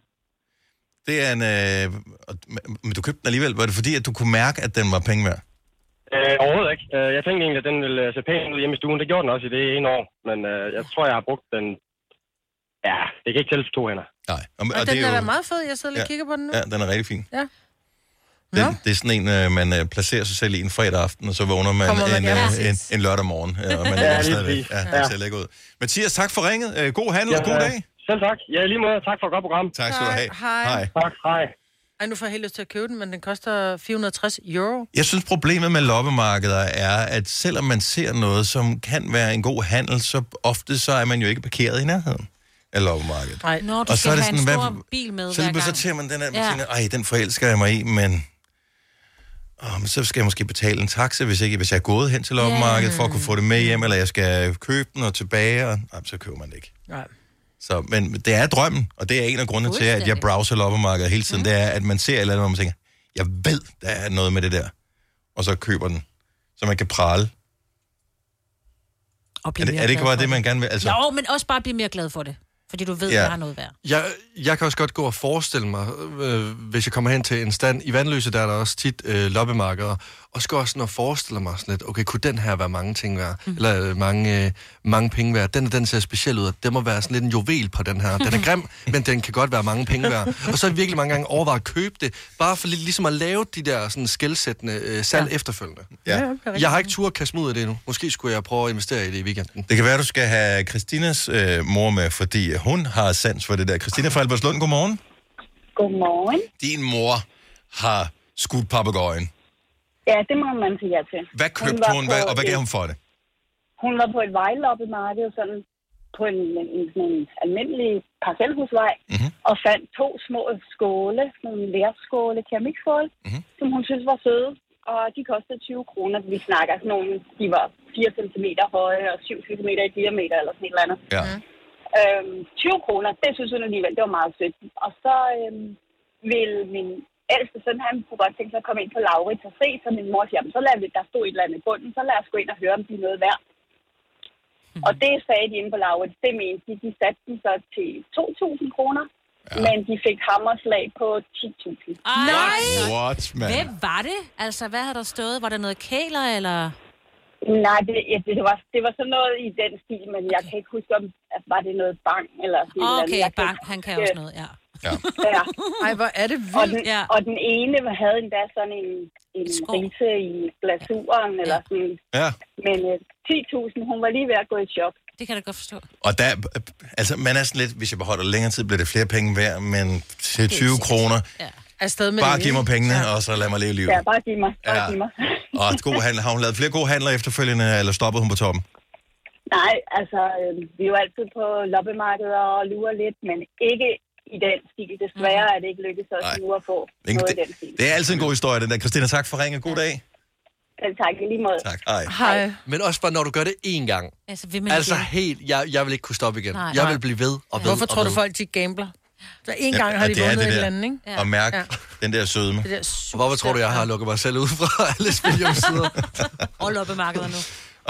S1: Det er en... Øh, og- men- men du købte den alligevel. Var det fordi, at du kunne mærke, at den var penge værd?
S11: Øh, overhovedet ikke. Øh, jeg tænkte egentlig, at den ville øh, se pæn ud hjemme i stuen. Det gjorde den også i det ene år, men øh, jeg tror, jeg har brugt den... Ja, det kan ikke tælles på to hænder.
S1: Nej. Og,
S4: Og, og
S1: det
S4: den
S1: er
S4: er
S1: jo-
S4: da meget fed, jeg sidder lige og kigger på den nu.
S1: Ja, den er rigtig fin.
S4: Ja.
S1: Den, det er sådan en, øh, man øh, placerer sig selv i en fredag aften, og så vågner man
S4: Kommer man
S1: en,
S4: gerne.
S1: øh, en, en lørdag morgen. øh, Og man
S11: Ja,
S1: ligger
S11: lige
S1: stadigvæk.
S11: præcis.
S1: Ja,
S11: Ja.
S1: det ser lækker ud. Mathias, tak for ringet. Øh, God handel og god dag.
S11: Selv tak. Ja, i lige måde. Tak for et godt program.
S1: Tak skal du have.
S4: Hej.
S1: Hej.
S11: Tak, hej.
S4: Og Ej, nu får jeg helt lyst til at købe den, men den koster 460 euro.
S1: Jeg synes, problemet med loppemarkeder er, at selvom man ser noget, som kan være en god handel, så ofte så er man jo ikke parkeret i nærheden af loppemarkedet.
S4: Nej,
S2: Når du
S1: Og så
S2: skal
S1: er det
S2: have
S1: sådan,
S2: en stor
S1: hvad-
S2: bil med
S1: Så
S2: hver
S1: lige pludselig
S2: gang.
S1: så tager man den her, man
S2: Ja.
S1: tænker, ej, den forelsker jeg mig i, men... Oh, men så skal jeg måske betale en taxa, hvis, ikke, hvis jeg er gået hen til loppemarkedet, for at kunne få det med hjem, eller jeg skal købe den og tilbage, og nej, så køber man det ikke.
S4: Nej.
S1: Så, men det er drømmen, og det er en af grundene til, at jeg
S2: Fuldstændig.
S1: browser loppemarkedet hele tiden, mm. det er, at man ser et eller andet, hvor man tænker, jeg ved, der er noget med det der, og så køber den, så man kan prale.
S2: Og blive
S1: Er det,
S2: mere
S1: er det ikke
S2: glad
S1: bare
S2: for
S1: det, man gerne vil? Altså,
S2: Jo, men også bare blive mere glad for det. Fordi du ved,
S1: Ja.
S2: ja. der er noget værd.
S3: Jeg, jeg kan også godt gå og forestille mig, øh, hvis jeg kommer hen til en stand i Vandløse, der er der også tit øh, loppemarkeder, og skal også sådan og forestille mig sådan lidt, okay, kunne den her være mange ting værd, mm. eller øh, mange, øh, mange penge værd, den, den ser speciel ud, og det må være sådan lidt en juvel på den her, den er grim, men den kan godt være mange penge værd, og så har jeg virkelig mange gange overvejet at købe det, bare for lidt ligesom at lave de der sådan skældsættende øh, salg ja. efterfølgende.
S1: ja.
S3: Jeg har ikke tur at kaste mig ud af det endnu, måske skulle jeg prøve at investere i det i weekenden.
S1: Det kan være, du skal have Christinas øh, mor med, fordi hun har sans for det der. Christina fra Albertslund, godmorgen.
S12: Godmorgen.
S1: Din mor har skudt papegøjen.
S12: Ja, det må man sige ja til.
S1: Hvad købte
S12: var
S1: hun,
S12: på
S1: hvad, og hvad gav
S12: et-
S1: hun for det?
S12: Hun var på et vejloppemarked, sådan på en, en, en, en almindelig parcelhusvej,
S1: Mhm.
S12: mm-hmm. og fandt to små skåle, sådan nogle lærskåle, keramikskåle,
S1: Mhm.
S12: mm-hmm. som hun synes var søde, og de kostede 20 kroner. Vi snakker sådan nogle, de var 4 cm høje og 7 cm i diameter eller sådan et eller andet.
S1: Ja.
S12: Øhm, 20 kroner, det synes hun alligevel, det var meget sødt. Og så øhm, ville min ældste søn, han kunne godt tænke sig at komme ind på Laurits og se, så min mor siger, "Jamen, så lad vi, der stod et eller andet i bunden, så lad os gå ind og høre, om de er noget værd.
S2: Mhm.
S12: Og det sagde de inde på Laurits, det mente de, de satte den så til 2.000 kroner, ja. men de fik hammerslag på 10.000.
S2: Ej,
S1: What,
S2: Hvem var det? Altså, hvad havde der stået? Var der noget kæler, eller...
S12: Nej, det, ja, det, var, det var sådan noget i den stil, men jeg kan ikke huske, om at var det noget bang eller sådan et eller andet.
S2: Okay,
S12: Jeg kan
S2: bang,
S12: ikke
S2: han kan
S12: huske- øh,
S2: også noget, ja.
S12: Ja.
S4: Ej, hvor er det
S12: Og
S4: vildt.
S12: den,
S2: Ja.
S12: ja. og den ene havde endda sådan en, en
S2: Et skår.
S12: rise i glasuren, eller sådan.
S1: Ja.
S12: Men øh, 10.000, hun var lige ved at gå i chok.
S2: Det kan jeg da godt forstå.
S1: Og der, altså, man er sådan lidt, hvis jeg beholder længere tid, bliver det flere penge værd, men til 20 kroner,
S4: Afsted med
S1: bare
S4: det
S1: giv
S4: hele.
S1: mig pengene, og så lad mig leve livet.
S12: Ja, bare giv mig, bare
S1: Ja.
S12: giv mig.
S1: Og god handel. Har hun lavet flere gode handler efterfølgende, eller stoppede hun på toppen?
S12: Nej, altså, øh, vi er jo altid på loppemarkeder og lurer lidt, men ikke i den stil. Desværre
S2: Mhm.
S12: er det ikke lykkedes os
S1: Nej.
S12: nu at få
S1: Ingen-
S12: noget i den
S1: Det,
S12: stil.
S1: det er altid en god historie, den der. Christina, tak for ringen. God dag.
S12: Selv tak i lige måde.
S1: Tak. Ej.
S4: Hej.
S3: Men også bare, når du gør det én gang,
S2: Altså, vil man
S3: Altså
S2: ikke-
S3: helt, jeg, jeg vil ikke kunne stoppe igen.
S2: Nej.
S3: jeg
S4: Nej.
S3: vil blive ved og ved
S4: Hvorfor tror
S3: og
S4: du,
S3: ved.
S4: folk de gambler? Så en gang
S1: Ja,
S4: har
S1: og
S4: de
S1: det er
S4: vundet
S1: det
S4: et
S1: der.
S4: eller andet, ikke?
S2: Ja.
S1: Og mærk
S4: Ja.
S1: den der sødme.
S4: Det der super...
S3: Hvorfor tror du, jeg har lukket mig selv ud fra alle spiljomsider?
S2: Og loppemarkeder nu.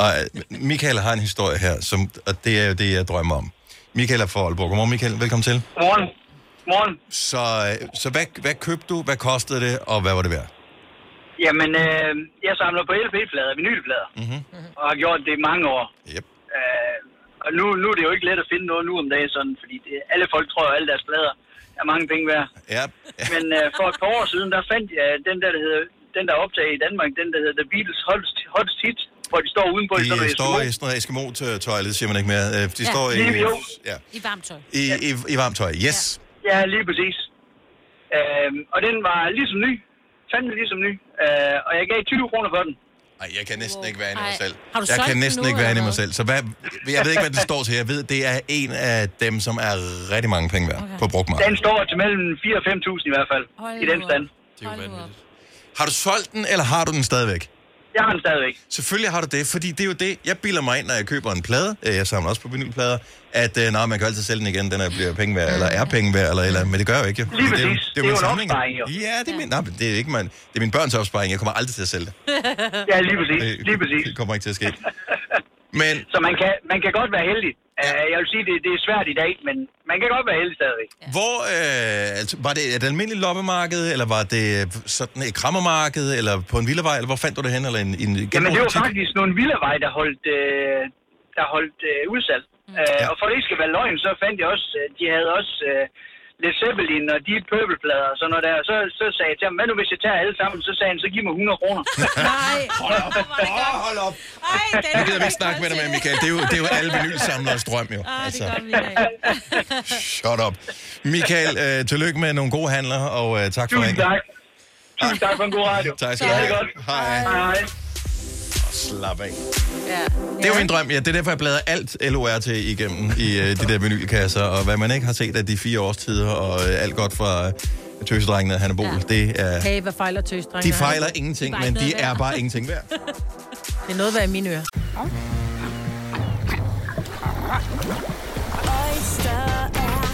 S1: Og øh, Michael har en historie her, som, og det er jo det, jeg drømmer om. Michael er fra Aalborg. Godmorgen, Michael. Velkommen til.
S13: Morgen. Morgen.
S1: Så, øh, så hvad, hvad købte du, hvad kostede det, og hvad var det værd?
S13: Jamen, øh, jeg samler på LP-plader, vinylplader,
S1: Mhm.
S13: mm-hmm. og har gjort det i mange år.
S1: Yep.
S13: Øh, og nu, nu er det jo ikke let at finde noget nu om dagen, sådan, fordi det, alle folk tror, at alle deres plader er mange penge værd.
S1: Ja,
S13: Men øh, for et par år siden, der fandt jeg den der, der hedder, den der er optaget i Danmark, den der hedder The Beatles Hottest, Hottest Hits, hvor de står udenpå i sådan
S1: de
S13: noget
S1: står
S13: Eskimo.
S1: i sådan noget Eskimo-tøj, det siger man ikke mere. Øh, De
S2: Ja.
S1: står i,
S13: Jo.
S1: ja,
S2: I varmt tøj.
S1: i, i, i varmt tøj. Yes.
S13: Ja, lige præcis. Øhm, og den var ligesom ny. Fandme ligesom ny. Øh, og jeg gav 20 kroner for den.
S1: Ej, jeg kan næsten ikke være inde i mig
S2: Ej.
S1: selv.
S2: Har du
S1: Jeg
S2: solgt
S1: kan
S2: den
S1: næsten
S2: nu,
S1: ikke være inde i
S2: eller
S1: mig
S2: hvad?
S1: selv. Så hvad, jeg ved ikke, hvad den står til. Jeg ved, det er en af dem, som er rigtig mange penge værd okay. på
S13: Den
S1: brugmarkedet.
S13: står til mellem 4.000 og 5.000 i hvert fald.
S2: Hold
S13: I den
S2: nu op.
S13: stand.
S3: Det er jo
S2: Hold nu op.
S3: vanvittigt.
S1: Har du solgt den, eller har du den stadigvæk?
S13: Jeg har den stadigvæk.
S1: Selvfølgelig har du det, fordi det er jo det, jeg bilder mig ind, når jeg køber en plade, øh, jeg samler også på vinylplader, at øh, nej, man kan altid sælge den igen, den er, bliver penge værd, eller er penge værd, eller, et eller andet, men det gør jeg jo ikke. Jo.
S13: Lige
S1: det, er jo-
S13: præcis.
S1: det
S13: Det er
S1: er jo, min
S13: jo en
S1: samling.
S13: opsparing, jo.
S1: Ja, det er, min, nej, men det er ikke min, det er min børns opsparing, jeg kommer aldrig til at sælge det.
S13: Ja, lige præcis.
S1: Det,
S13: Lige præcis.
S1: det kommer ikke til at ske. Men
S13: Så man kan, man kan godt være heldig. Øh, jeg vil sige, det, det er svært i dag, men man kan godt være heldig stadigvæk.
S1: hvor, øh, altså, var det et almindeligt loppemarked, eller var det sådan et krammermarked, eller på en villavej, eller hvor fandt du det hen, eller en, en
S13: Jamen, det var
S1: genbrugsbutik?
S13: faktisk nogle villavej, der holdt, øh, der holdt øh, udsalg. Mm. Øh,
S1: Ja.
S13: og for det ikke skal være løgn, så fandt jeg også, øh, de havde også øh, Led Zeppelin og Deep Purple-plader og sådan noget der. Og så, så sagde jeg til ham, hvad nu hvis jeg tager alle sammen? Så sagde han, så giv mig 100 kroner.
S2: Nej. Hold op.
S1: Åh, hold op.
S2: Ej, den
S1: Nu gider vi ikke snakke med dig med, Michael. Det er jo, det er jo alle vinylsamleres drøm, jo.
S2: Ah, det er godt, Michael.
S1: Altså. Shut up. Michael, øh, tillykke med nogle gode handler, og øh, tak for
S14: Tusind
S1: ringen.
S14: tak. Tusind tak for en god radio.
S1: Tak skal du
S14: Ha' det
S1: have.
S14: godt.
S1: Hej.
S14: Hej.
S1: Slap af.
S4: Ja.
S1: Det var min drøm, ja. Det er derfor, jeg bladrer alt LORT igennem i øh, de der vinylkasser, og hvad man ikke har set af de fire årstider, og øh, alt godt fra øh, tøsedrengene og Hanne Bol, ja. det er...
S4: Hey, hvad fejler tøs, drenge?
S1: De fejler ingenting, men de er bare ingenting værd.
S4: Det er noget værd i mine ører.
S9: Oyster er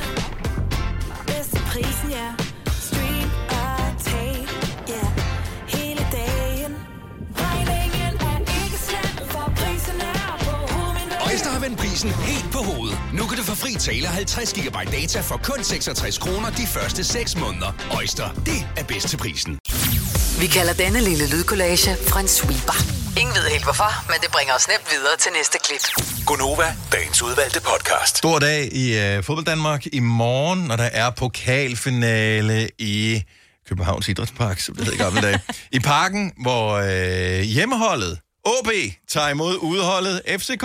S9: bedst til prisen, ja. Stream og tag, ja. Hele dagen. Regningen er ikke slem, for prisen er på hovedet.
S8: Øjster har vendt prisen helt på hovedet. Nu kan du få fri tale og 50 GB data for kun 66 kroner de første 6 måneder. Øjster, det er bedst til prisen.
S5: Vi kalder denne lille lydkollage Frans sweeper. Ingen ved helt hvorfor, men det bringer os nemt videre til næste klip.
S15: Gunova, dagens udvalgte podcast.
S1: Stor dag i øh, fodbold Danmark i morgen, når der er pokalfinale i Københavns Idrætspark, som det hed i gamle dage. I parken, hvor øh, hjemmeholdet OB tager imod udeholdet FCK.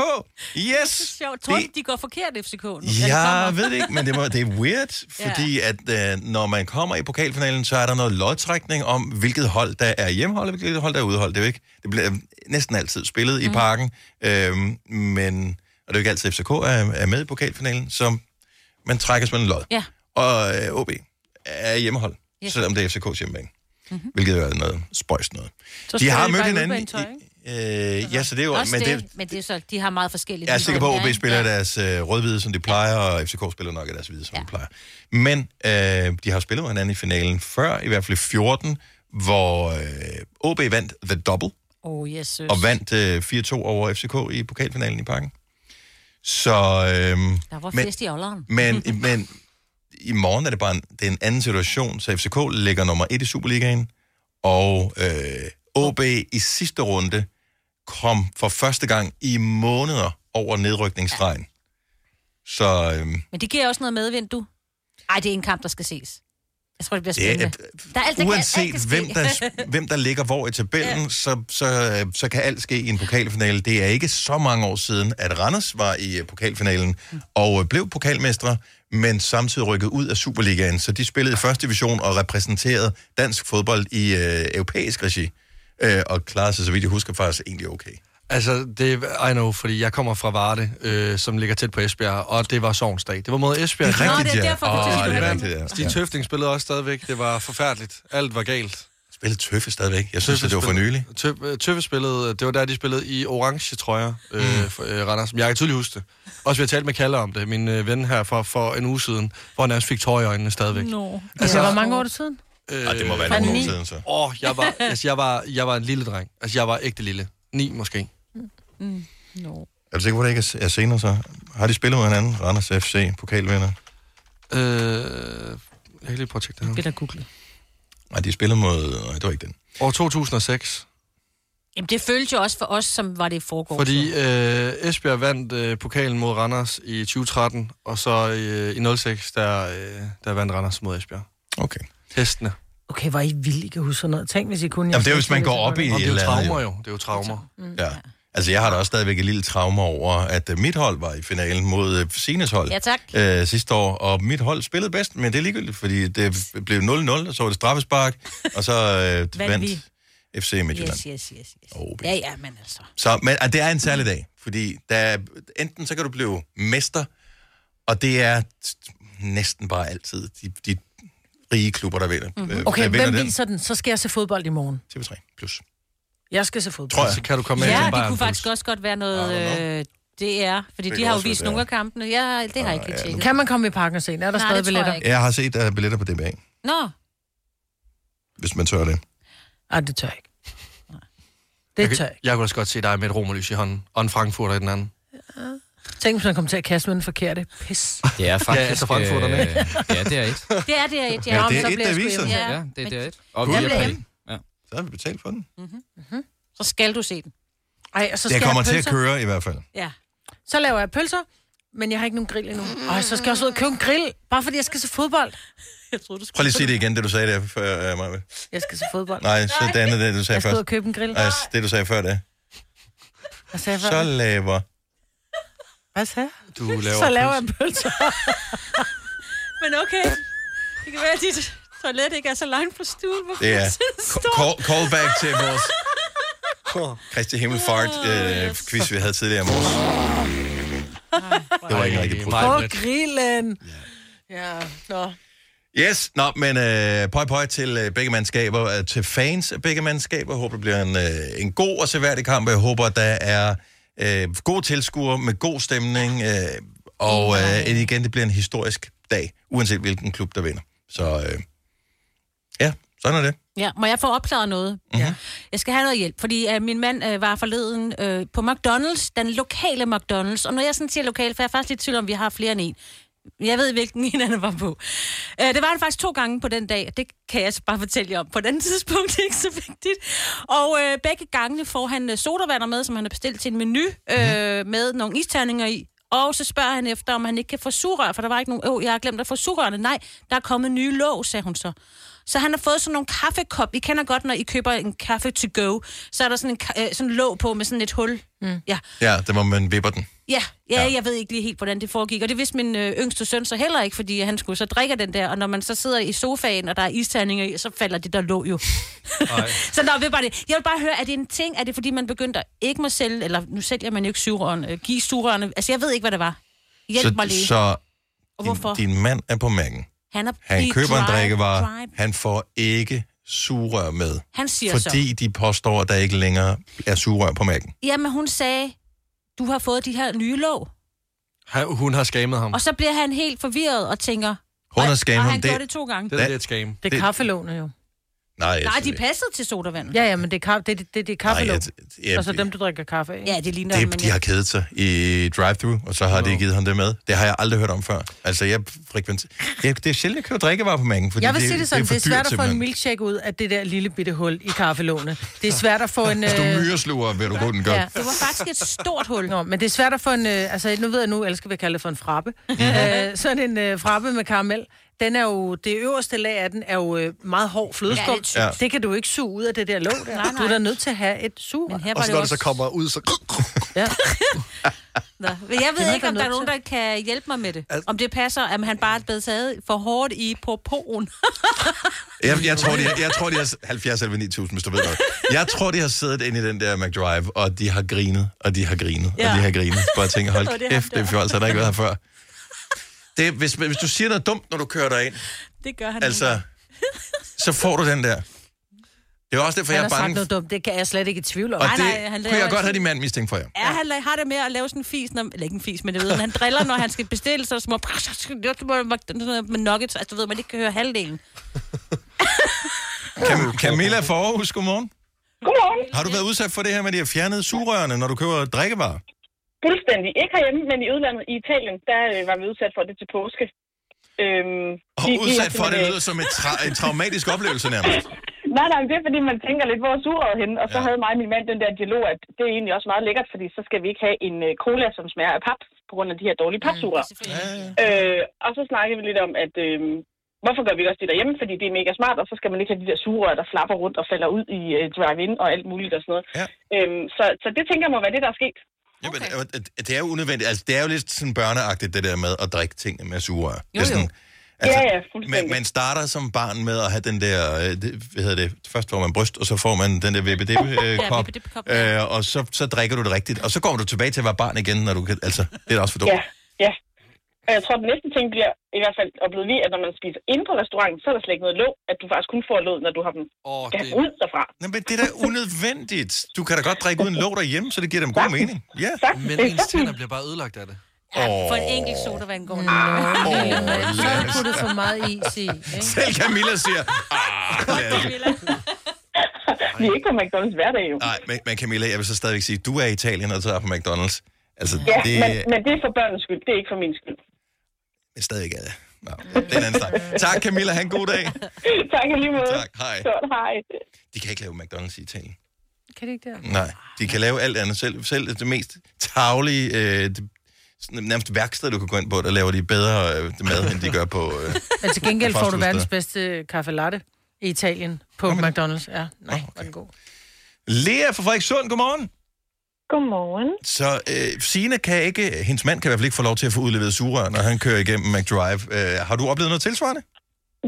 S1: Yes!
S2: Sjovt. Tror du, de går forkert, FCK? Nu?
S1: Jeg ved det ikke, men det, må, det er weird, fordi at øh, når man kommer i pokalfinalen, så er der noget lodtrækning om, hvilket hold der er hjemmehold, og hvilket hold der er udehold. Det, er jo ikke, det bliver øh, næsten altid spillet mm. i parken, øhm, men, og det er jo ikke altid, FCK er, er med i pokalfinalen, så man trækker sådan en lod.
S2: Ja.
S1: Og øh, OB er hjemmehold,
S2: Yes. Mhm.
S1: yes. selvom det er FCK's hjemmebane, mm-hmm. hvilket jo er noget spøjst noget.
S2: Så
S1: de
S2: spiller
S1: har
S2: de
S1: mødt
S2: bare i
S1: hinanden...
S2: udbanetøj,
S1: i- øh, ja, så det er jo...
S2: Også
S1: Men det,
S2: det, men det er så, de har meget forskellige.
S1: jeg er sikker på,
S2: ligesom Ja,
S1: at OB
S2: ikke?
S1: spiller deres øh, rødhvide, som de plejer, og FCK spiller nok af deres hvide, som ja. de plejer. Men øh, de har spillet mod hinanden i finalen før, i hvert fald i 14, hvor øh, OB vandt The Double,
S2: Oh, yes,
S1: og vandt øh, 4-2 over FCK i pokalfinalen i parken. Så... Øh,
S2: Der var
S1: men-
S2: fest i ålderen.
S1: men, men i morgen er det bare en, det er en anden situation, så FCK ligger nummer et i Superligaen, og øh, OB i sidste runde kom for første gang i måneder over nedrykningsstregen. Ja. Så øh,
S2: Men det giver også noget medvind, du. Ej, det er en kamp, der skal ses. Jeg tror, det bliver
S1: Det er-
S2: spændende. der er alt, der kan, alt
S1: uanset
S2: kan ske.
S1: hvem der, hvem der ligger hvor i tabellen, ja. så, så, øh, så kan alt ske i en pokalfinale. Det er ikke så mange år siden, at Randers var i øh, pokalfinalen og øh, blev pokalmestre, men samtidig rykkede ud af Superligaen. Så de spillede i første division og repræsenterede dansk fodbold i øh, europæisk regi. Øh, og klarede sig, så vidt jeg husker, faktisk egentlig okay.
S3: Altså, det er, I know, fordi jeg kommer fra Varde, øh, som ligger tæt på Esbjerg, og det var sovnsdag. Det var mod Esbjerg.
S1: Det er rigtigt, Nå, det er ja. derfor, du
S3: Åh,
S1: tænker
S3: det
S1: på
S3: er
S1: det.
S3: rigtigt, ja. Stig
S1: Ja.
S3: Tøfting spillede også stadigvæk. Det var forfærdeligt. Alt var galt.
S1: Spillede Tøffe stadigvæk. Jeg synes, at det var for nylig.
S3: Tøf, Tøffe spillede, øh, det var der, de spillede i orange trøjer, øh,
S1: Mm.
S3: for, øh, Randers. Men Jeg kan tydeligt huske det. Også vi har talt med Kalle om det, min øh, ven her for, for en uge siden, hvor han også fik tårer i øjnene stadigvæk.
S4: Nå. Altså, hvor mange år er det siden?
S3: Øh,
S1: Ah, det må være
S4: Fra
S1: nogle år
S4: ni.
S1: siden, så.
S3: Åh, oh, jeg, var, altså, jeg, var, jeg var en lille dreng. Altså, jeg var ægte lille. Ni måske.
S2: Mm. No.
S1: Er du sikker på, at det ikke er er senere så? Har de spillet mod hinanden? Randers FC, pokalvinder?
S3: Øh, jeg kan lige prøve at tjekke det her.
S4: Det der google.
S1: Nej, de spillede mod... Nej, det var ikke den.
S3: År 2006.
S2: Jamen, det føltes jo også for os, som var det i forgår.
S3: Fordi øh, Esbjerg vandt øh, pokalen mod Randers i 2013, og så øh, i 06, der, øh, der vandt Randers mod Esbjerg.
S1: Okay.
S3: Hestene.
S4: Okay, var I vildt, I kan huske sådan noget. Tænk, hvis I kunne.
S1: Jamen, det er, hvis man går op i
S3: Og
S1: et
S3: det er jo
S1: eller andet,
S3: traumer jo. Det er jo traumer.
S2: Mm.
S1: Ja. Altså, jeg har da også stadigvæk et lille traume over, at øh, mit hold var i finalen mod øh, Sines hold
S2: Ja, tak.
S1: øh, sidste år, og mit hold spillede bedst, men det er ligegyldigt, fordi det f- blev 0-0, og så var det straffespark, og så øh,
S2: Vandt
S1: vandt
S2: vi.
S1: FC Midtjylland.
S2: Yes, yes, yes. yes. Ja, ja, men altså.
S1: Så, men ah, det er en særlig dag, fordi der, enten så kan du blive mester, og det er t- næsten bare altid de, de rige klubber, der vinder.
S2: Mhm.
S1: Mm-hmm.
S4: Okay,
S1: der vinder
S4: hvem
S1: den.
S4: viser den? Så skal jeg se fodbold i morgen.
S1: TV3 Plus.
S4: Jeg skal se fodbold.
S1: Tror jeg. Så kan du komme med til
S2: ja,
S1: en
S2: det kunne
S1: Bayern-puls.
S2: faktisk også godt være noget øh, DR, fordi
S1: Det
S2: de
S1: kan
S2: har jo
S1: også
S2: vist
S1: være
S2: nogle af kampene. Ja, det har jeg ikke lige tjekket.
S4: Kan man komme i parken og se? den? Er der
S2: Nej,
S4: stadig
S2: det tror jeg
S4: billetter?
S2: ikke.
S1: Jeg har set uh, billetter på DBA,
S2: Nå,
S1: hvis man tør det.
S4: Nej, det tør jeg ikke.
S3: Jeg,
S4: tør
S3: kan, jeg kunne også godt se dig med et romerlys i hånden, og en frankfurter i den anden.
S4: Tænk, hvis man kommer til at kaste med den forkerte. Pis.
S10: Det er faktisk...
S3: Ja, altså Frankfurterne, ikke?
S10: ja, det er et.
S2: det er det, et, ja.
S10: Ja,
S2: Nå,
S10: det
S2: men
S10: er
S2: så
S10: et,
S2: bliver
S10: der
S2: jeg sgu
S10: viser.
S2: hjemme.
S10: Ja, det er DR1. Og
S2: Jeg
S10: via
S2: bliver
S10: Play.
S2: hjemme.
S10: Ja.
S1: Så har vi betalt for den.
S2: Mm-hmm. Så skal du se den.
S4: Mm-hmm. Ej, og så skal
S1: Det kommer
S4: jeg
S1: til
S4: have
S1: at
S4: pølser.
S1: køre i hvert fald.
S2: Ja.
S4: Så laver jeg pølser, men jeg har ikke nogen grill endnu. Ej, så skal jeg også ud og købe en grill, bare fordi jeg skal se fodbold.
S2: Jeg troede, du skulle...
S1: Prøv lige at sige det igen, det du sagde der før, øh, Maja.
S4: Jeg skal se fodbold.
S1: Nej, så det andet, det du sagde
S4: Jeg skal ud og
S1: først.
S4: købe en grill.
S1: Nej, s- det du sagde før det.
S4: Hvad sagde jeg
S1: Så
S4: før?
S1: laver...
S4: Hvad sagde jeg?
S3: Du laver
S4: Så laver jeg
S3: pølser.
S4: pølser.
S2: Men okay, det kan være, at dit toilet ikke er så langt fra stuen. Hvorfor
S1: Det er
S2: er det så
S1: ca- call, callback til vores Kristi Himmelfart øh, quiz, vi havde tidligere om morges. Det var ikke en rigtig
S4: På
S1: program.
S4: grillen. Ja, nå.
S1: Yes, nå, men øh, pøj pøj til øh, begge mandskaber, øh, til fans af begge mandskaber. Jeg håber, det bliver en, øh, en god og seværdig kamp. Jeg håber, der er øh, gode tilskuere med god stemning, øh, og øh, at igen, det bliver en historisk dag, uanset hvilken klub, der vinder. Så øh, ja, sådan er det.
S2: Ja, må jeg få opklaret noget?
S1: Ja.
S2: Jeg skal have noget hjælp, fordi uh, min mand uh, var forleden uh, på McDonald's, den lokale McDonald's. Og når jeg sådan siger lokal, for jeg er faktisk lidt i tvivl om, vi har flere end en. Jeg ved, hvilken en han var på. Uh, det var han faktisk to gange på den dag, og det kan jeg så bare fortælle jer om. På den tidspunkt det er ikke så vigtigt. Og uh, begge gangene får han uh, sodavander med, som han har bestilt til en menu, uh, med nogle isterninger i. Og så spørger han efter, om han ikke kan få surrør, for der var ikke nogen... Åh, oh, jeg har glemt at få surrørene. Nej, der er kommet nye låg, sagde hun så. Så han har fået sådan nogle kaffekop. I kender godt, når I køber en kaffe to go, så er der sådan en ka- øh, sådan en låg på med sådan et hul. Mm. Ja.
S1: Ja, det var, man vipper den.
S2: Ja, ja, ja, jeg ved ikke lige helt, hvordan det foregik. Og det vidste min øh, yngste søn så heller ikke, fordi han skulle så drikke den der. Og når man så sidder i sofaen, og der er isterninger i, så falder det der lå jo. så der vil bare det. Jeg vil bare høre, er det en ting? Er det fordi, man begyndte at ikke må sælge, eller nu sælger man jo ikke sugerørene, øh, give sugerørene. Altså, jeg ved ikke, hvad det var. Hjælp
S1: så,
S2: mig lige.
S1: Så
S2: og hvorfor?
S1: din mand er på mærken.
S2: han er
S1: Han
S2: i
S1: køber en
S2: dry-
S1: drikkevare.
S2: dry-
S1: Han får ikke surrør med.
S2: Han siger
S1: fordi
S2: så.
S1: de påstår, at der ikke længere er surrør på mærken.
S2: Jamen, hun sagde, du har fået de her nye låg.
S3: Han, hun har skamet ham.
S2: Og så bliver han helt forvirret og tænker...
S1: Hun har
S2: og
S1: skamet
S2: han
S1: ham.
S2: gjorde det to gange.
S3: Det er lidt skam.
S4: Det er kaffelåne jo.
S1: Nej, jeg
S2: Nej, de
S1: synes
S2: passede til sodavand.
S4: Ja, ja, men det er, ka- det, det, det, det er kaffelån.
S1: Nej, jeg- jeg-
S4: altså dem, du drikker kaffe af.
S2: Ja, det ligner
S1: ikke. det, de har kædet sig i drive-thru, og så har de givet ham det med. Det har jeg aldrig hørt om før. Altså, jeg frekvent... Jeg, det er sjældent, jeg køber drikkevarer på mærken, fordi
S4: jeg vil
S1: det,
S4: sige det sådan, det er,
S1: for dyrt,
S4: svært at få en
S1: simpelthen.
S4: milkshake ud af det der lille bitte hul i kaffelåne. Det er svært at få en...
S1: Hvis Altså, du
S4: øh,
S1: myresluger, vil du kunne den gøre.
S4: Ja.
S2: Det var faktisk et stort hul.
S4: Nå, men det er svært at få en... Øh, altså, nu ved jeg nu, jeg elsker vi at kalde det for en frappe. øh, sådan en øh, frappe med karamel. Den er jo, det øverste lag af den er jo øh, meget hård
S2: Ja,
S4: flødeskum.
S2: lidt tykt.
S4: Ja, det kan du ikke suge ud af det der låg der.
S2: Nej, nej.
S4: Du er da nødt til at have et sur. Men
S2: her var Og så det når det også- så
S3: kommer ud, så...
S4: Ja.
S2: Nå, men jeg
S4: Det
S2: ved
S4: var
S2: ikke,
S4: der
S2: om der er
S4: nødt
S2: nogen, der kan hjælpe mig med det. Om det passer, at han bare er blevet taget for hårdt i på poen.
S1: Jeg, jeg, tror, de, jeg tror, de har... 70 eller 9000, hvis du ved det. Jeg tror, de har siddet inde i den der McDrive, og de har grinet, og de har grinet, ja. og de har grinet. Bare tænker,
S2: Og det er
S1: hold
S2: ham
S1: kæft, det er
S2: der.
S1: fjols, har der ikke været her før. Det, er- hvis, hvis du siger noget dumt, når du kører derind,
S2: Det gør han
S1: altså, så får du den der. Det er også derfor,
S4: Han
S1: jeg
S4: har
S1: er
S4: sagt
S1: bange.
S4: noget dumt, det kan jeg slet ikke i tvivl om.
S1: Og det kunne jeg godt have din mand mistænkt for jer.
S2: Ja, han la- har det med at lave sådan en fis, når, eller ikke en fis, men jeg ved, når han driller, når han skal bestille, så er det små med nuggets, altså du ved, man ikke kan høre halvdelen.
S1: Cam- Camilla for Aarhus, godmorgen.
S12: Godmorgen.
S1: Har du været udsat for det her med, at de har fjernet sugerørene, når du køber drikkevarer?
S12: Fuldstændig. Ikke herhjemme, men i udlandet. I Italien, der øh, var vi udsat for det til påske. Øhm,
S1: Og
S12: de- de har
S1: udsat for, at det
S12: simpelthen-
S1: lyder som et tra- en traumatisk oplevelse nærmest.
S12: Nej, nej, men det er fordi, man tænker lidt, hvor er surret henne? Og så
S1: Ja.
S12: havde mig og min mand den der dialog, at det er egentlig også meget lækkert, fordi så skal vi ikke have en øh, cola, som smager af pap, på grund af de her dårlige papsugerør. Øh, og så snakkede vi lidt om, at øh, hvorfor gør vi ikke også det derhjemme? Fordi det er mega smart, og så skal man ikke have de der surrør, der flapper rundt og falder ud i øh, drive-in og alt muligt og sådan noget.
S1: Ja.
S12: Øhm, så, så det tænker jeg må være det, der er sket.
S1: Jamen, øh, det er jo unødvendigt. Altså, det er jo lidt sådan børneagtigt, det der med at drikke tingene med sugerør. Det er
S12: Jo,
S1: sådan,
S12: Altså, ja, ja,
S1: man,
S12: fuldstændig.
S1: man starter som barn med at have den der, øh, det, hvad hedder det, først får man bryst, og så får man den der
S12: Ja,
S1: VBD-kop,
S12: VBD-kop,
S1: øh, og så, så drikker du det rigtigt, og så går du tilbage til at være barn igen, når du kan, altså, det er da også for dumt.
S12: Ja, ja. Og jeg tror, den næste ting bliver, i hvert fald oplevede vi, at når man spiser inde på restauranten, så er der slet ikke noget låg, at du faktisk kun får låg, når du har dem
S3: oh,
S12: skal have dem ud derfra.
S1: Nå, men det er da unødvendigt. Du kan da godt drikke uden låg derhjemme, så det giver dem god mening. Ja.
S3: Men ens tænder bliver bare ødelagt af det.
S2: For en enkelt sodavand går det.
S4: Så har du puttet for meget is i. Ikke?
S1: Selv Camilla siger, ah, lad os-
S12: Vi er ikke på McDonald's hver dag jo.
S1: Nej, men, men Camilla, jeg vil så stadigvæk sige, du er i Italien og tager på McDonald's. Altså,
S12: Ja,
S1: det
S12: men,
S1: er
S12: men det er for børnenes skyld, det er ikke for min skyld.
S1: stadigvæk er det. Nå, det er en anden snak. Tak Camilla, han god dag.
S12: tak i
S6: Mm-hmm.
S12: lige måde.
S1: Tak, hej.
S12: Godt, hej.
S1: De kan ikke lave McDonald's i Italien.
S4: Kan det ikke det?
S1: Nej, de kan lave alt andet selv. Selv det mest tavlige, øh, det, sådan nærmest værksted, du kan gå ind på, der laver de bedre øh, mad, end de gør på... Øh.
S4: Men til gengæld
S1: På
S4: får du
S1: fastfoodsteder.
S4: verdens bedste kaffe latte i Italien på McDonald's. Ja, nej, okay. var den god.
S1: Lea fra Frederikssund, godmorgen.
S16: Godmorgen.
S1: Så øh, Sina kan ikke, hendes mand kan i hvert fald ikke få lov til at få udleveret sugerør, når han kører igennem McDrive. Øh, har du oplevet noget tilsvarende?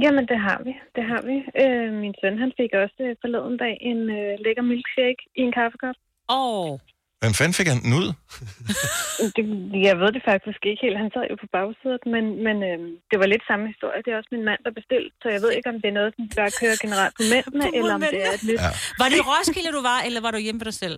S16: Jamen, det har vi. Det har vi. Øh, min søn, han fik også øh, forleden dag en øh, lækker milkshake i en kaffekop.
S2: Åh. Oh.
S1: Hvem fanden fik han den ud?
S16: Det, jeg ved det faktisk ikke helt. Han sad jo på bagsædet, men, men øh, det var lidt samme historie. Det er også min mand, der bestilte, så jeg ved ikke, om det er noget, som bare kører generelt på mændene,
S2: På
S16: eller om det er et nyt.
S2: Ja. Var det i Roskilde, du var, eller var du hjemme ved dig selv?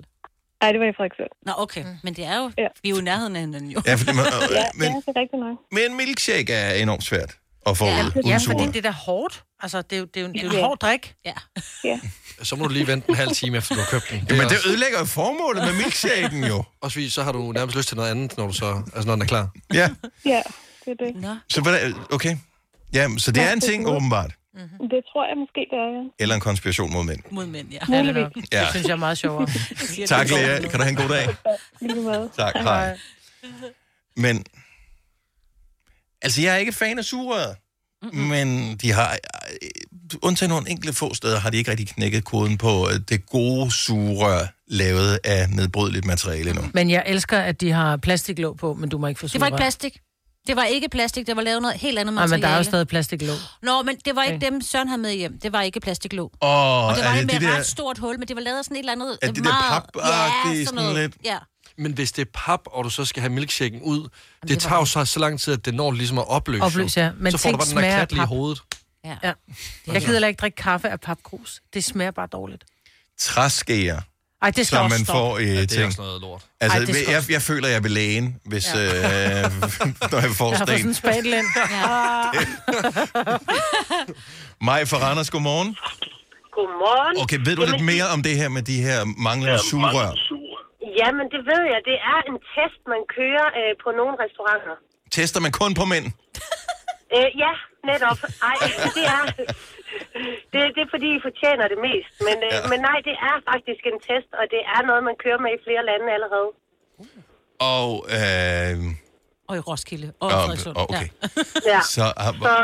S16: Nej, det var i Frederikssund.
S2: Nå, okay. Men det er jo, ja. vi er jo i nærheden af hinanden jo.
S1: Ja, fordi man- øh,
S16: Ja,
S1: men-
S16: men... ja, det er rigtigt nok.
S1: Men milkshake er enormt svært at få ja, ud.
S4: Ja,
S1: uden
S4: fordi
S1: sugerør.
S4: det er da hårdt. Altså, det er jo, det er jo, det er jo
S2: Ja.
S4: en hård drik.
S2: Ja.
S16: ja.
S3: Så må du lige vente en halv time, efter du har købt den.
S1: Jamen, det ødelægger jo formålet med milkshaken, jo.
S3: Også fordi, så har du nærmest lyst til noget andet, når, du så, altså, når den er klar.
S1: Ja,
S16: Ja, det er det.
S2: Nå.
S1: så hvordan, okay. Ja, så det er en ting, åbenbart.
S16: Det tror jeg måske, det er, ja.
S1: Eller en konspiration mod mænd.
S2: Mod mænd, ja.
S16: Ja, det er nok.
S1: Ja.
S4: Det synes jeg er meget sjovere.
S1: Tak, Lea. Kan du have en god dag?
S16: Lige måde.
S9: Dạ,
S1: Tak, hej. Men, altså, jeg er ikke fan af sugerøret. Men de har, øh, undtagen nogle enkelte få steder, har de ikke rigtig knækket koden på øh, det gode sugerør, lavet af nedbrydeligt materiale endnu.
S4: Men jeg elsker, at de har plastiklåg på, men du må ikke få
S2: Det var ikke
S4: sugerør.
S2: plastik. Det var ikke plastik, det var lavet noget helt andet
S4: Nej,
S2: materiale.
S4: men der er jo stadig plastiklåg.
S2: Nå, men det var ikke dem, Søren havde med hjem. Det var ikke plastiklåg.
S1: Åh,
S2: Og det var
S1: er
S2: et
S1: det
S2: med
S1: det
S2: et
S1: der-
S2: ret stort hul, men det var lavet af sådan et eller andet...
S3: Er det der
S2: meget...
S3: papagtige,
S2: ja,
S3: sådan
S2: noget.
S3: lidt?
S2: Ja.
S3: Men hvis det er pap, og du så skal have milkshaken ud, det, det tager jo så, så lang tid, at det når ligesom at opløse. jo.
S4: Opløse, ja. Men
S3: så får
S4: ting
S3: du bare den der
S4: smager af
S3: klat lige i
S4: pap.
S3: hovedet.
S2: Ja.
S4: ja. Jeg gider heller ikke drikke kaffe af papkrus. Det smager bare dårligt.
S1: Træskeer.
S4: Ej, det skal
S1: som
S4: også
S1: man
S4: stoppe.
S1: får i
S4: Ja, det er
S1: ting.
S4: også noget lort.
S1: Altså,
S4: Ej, det
S1: Ej,
S4: skal
S1: jeg,
S4: også-
S1: jeg føler, jeg er ved lægen, hvis, ja. øh, når jeg får
S4: Jeg har fået sådan en
S1: sten.
S4: spatel ind.
S1: Maj fra Randers, godmorgen.
S6: Godmorgen.
S1: Okay, ved du lidt mere om det her med de her manglende sugerør?
S6: Jamen, det ved jeg. Det er en test, man kører øh, på nogle restauranter.
S1: Tester man kun på mænd?
S6: Øh, ja, netop. Ej, det er... Det, det er fordi, I fortjener det mest. Men, øh,
S1: Ja.
S6: ja. men nej, det er faktisk en test, og det er noget, man kører med i flere lande allerede.
S1: Og, øh,
S2: Og i Roskilde. Og i
S1: Nå,
S2: Frederikssund.
S1: og okay.
S2: Ja.
S6: Ja.
S1: så, har,
S6: Så,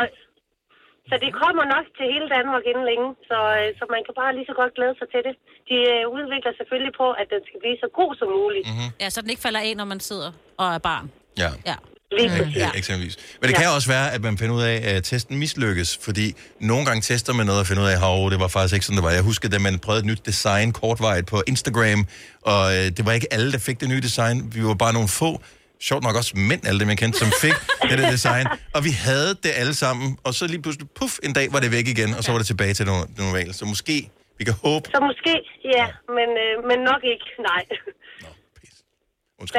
S6: så det kommer nok til hele Danmark inden længe, så, øh, så man kan bare lige så godt glæde sig til det. De øh, udvikler selvfølgelig på, at den skal blive så god som muligt.
S1: Mhm.
S2: ja, så den ikke falder af, når man sidder og er barn.
S1: ja,
S2: Ja.
S1: øh, øh, eksempelvis. Men det
S2: Ja.
S1: kan også være, at man finder ud af, at testen mislykkes, fordi nogle gange tester man noget og finder ud af, at det var faktisk ikke sådan, det var. Jeg husker, da man prøvede et nyt design kortvejet på Instagram, og øh, det var ikke alle, der fik det nye design. Vi var bare nogle få, sjovt nok også mænd, alle dem jeg kendte, som fik det der design. Og vi havde det alle sammen, og så lige pludselig, puff, en dag var det væk igen, og så var det tilbage til det normale. Så måske, vi kan håbe,
S6: Så måske, ja, men, øh, men nok ikke, nej.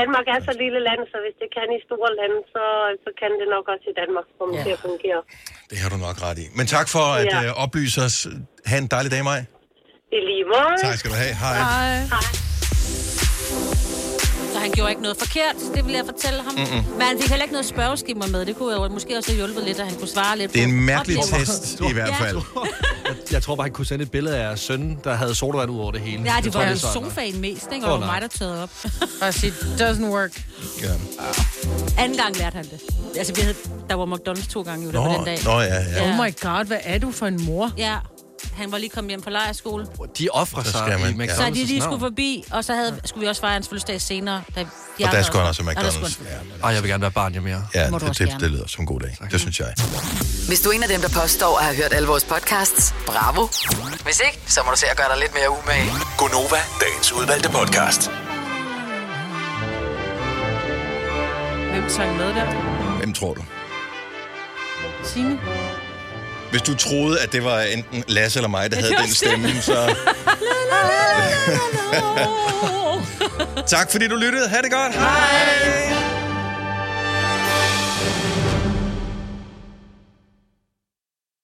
S6: Danmark er så lille land, så hvis det kan i store lande, så, så kan det nok også i Danmark komme ja. til at fungere.
S1: det har du nok ret i. Men tak for at
S6: Ja.
S1: øh, oplyse os. Ha' en dejlig dag, Maj.
S6: I lige måde.
S1: Tak skal du have. Hej.
S2: Hej. Så han gjorde ikke noget forkert, det vil jeg fortælle ham.
S1: Mm-mm.
S2: Men han fik heller ikke noget spørgeskema med. Det kunne jo måske også have hjulpet lidt, at han kunne svare lidt
S3: Det er
S2: på
S3: en mærkelig
S2: oplevelsen.
S3: test, i hvert
S2: Ja.
S3: fald. Jeg, jeg tror bare, han kunne sende et billede af sønnen, der havde sodavand ud over det hele.
S2: Ja,
S3: Jeg
S2: det
S3: tror,
S2: var jo
S3: er sådan,
S2: sofaen mest, ikke?
S3: Åh,
S2: Og oh,
S3: nej.
S2: mig, der tørrede op.
S4: Bare sige, doesn't work.
S9: Dạ.
S1: Ja.
S2: Anden gang lærte han det. Altså, vi havde, der var McDonald's to gange jo, der
S1: Nå,
S2: var den dag.
S1: nå,
S9: dạ,
S1: ja, ja.
S4: Oh my god, hvad er du for en mor?
S2: Ja, han var lige kommet hjem fra lejerskole.
S3: De offrer
S1: Så
S3: sig
S1: skal man-
S3: i McDonald's.
S1: Ja.
S2: Så de lige
S3: navn.
S2: skulle forbi, og så havde, skulle vi også fejre hans fødselsdag senere. Da de
S1: Og der
S2: andre-
S1: skal han også have
S2: Ja, der skulle
S1: McDonald's.
S2: han-
S3: Ej, jeg vil gerne være barn, jeg mere.
S1: Ja,
S10: Må du
S1: det,
S10: også
S1: det,
S10: gerne.
S1: det lyder som en god dag. Det synes jeg.
S5: Hvis du er en af dem, der påstår at have hørt alle vores podcasts, bravo. Hvis ikke, så må du se at gøre dig lidt mere umage.
S15: Gonova, dagens udvalgte podcast.
S4: Hvem sang med der?
S1: Hvem tror du?
S4: Signe?
S1: Hvis du troede, at det var enten Lasse eller mig, der
S4: Ja,
S1: havde
S4: det er
S1: den
S4: også det.
S1: stemme, så... tak fordi du lyttede. Ha' det godt. Hej.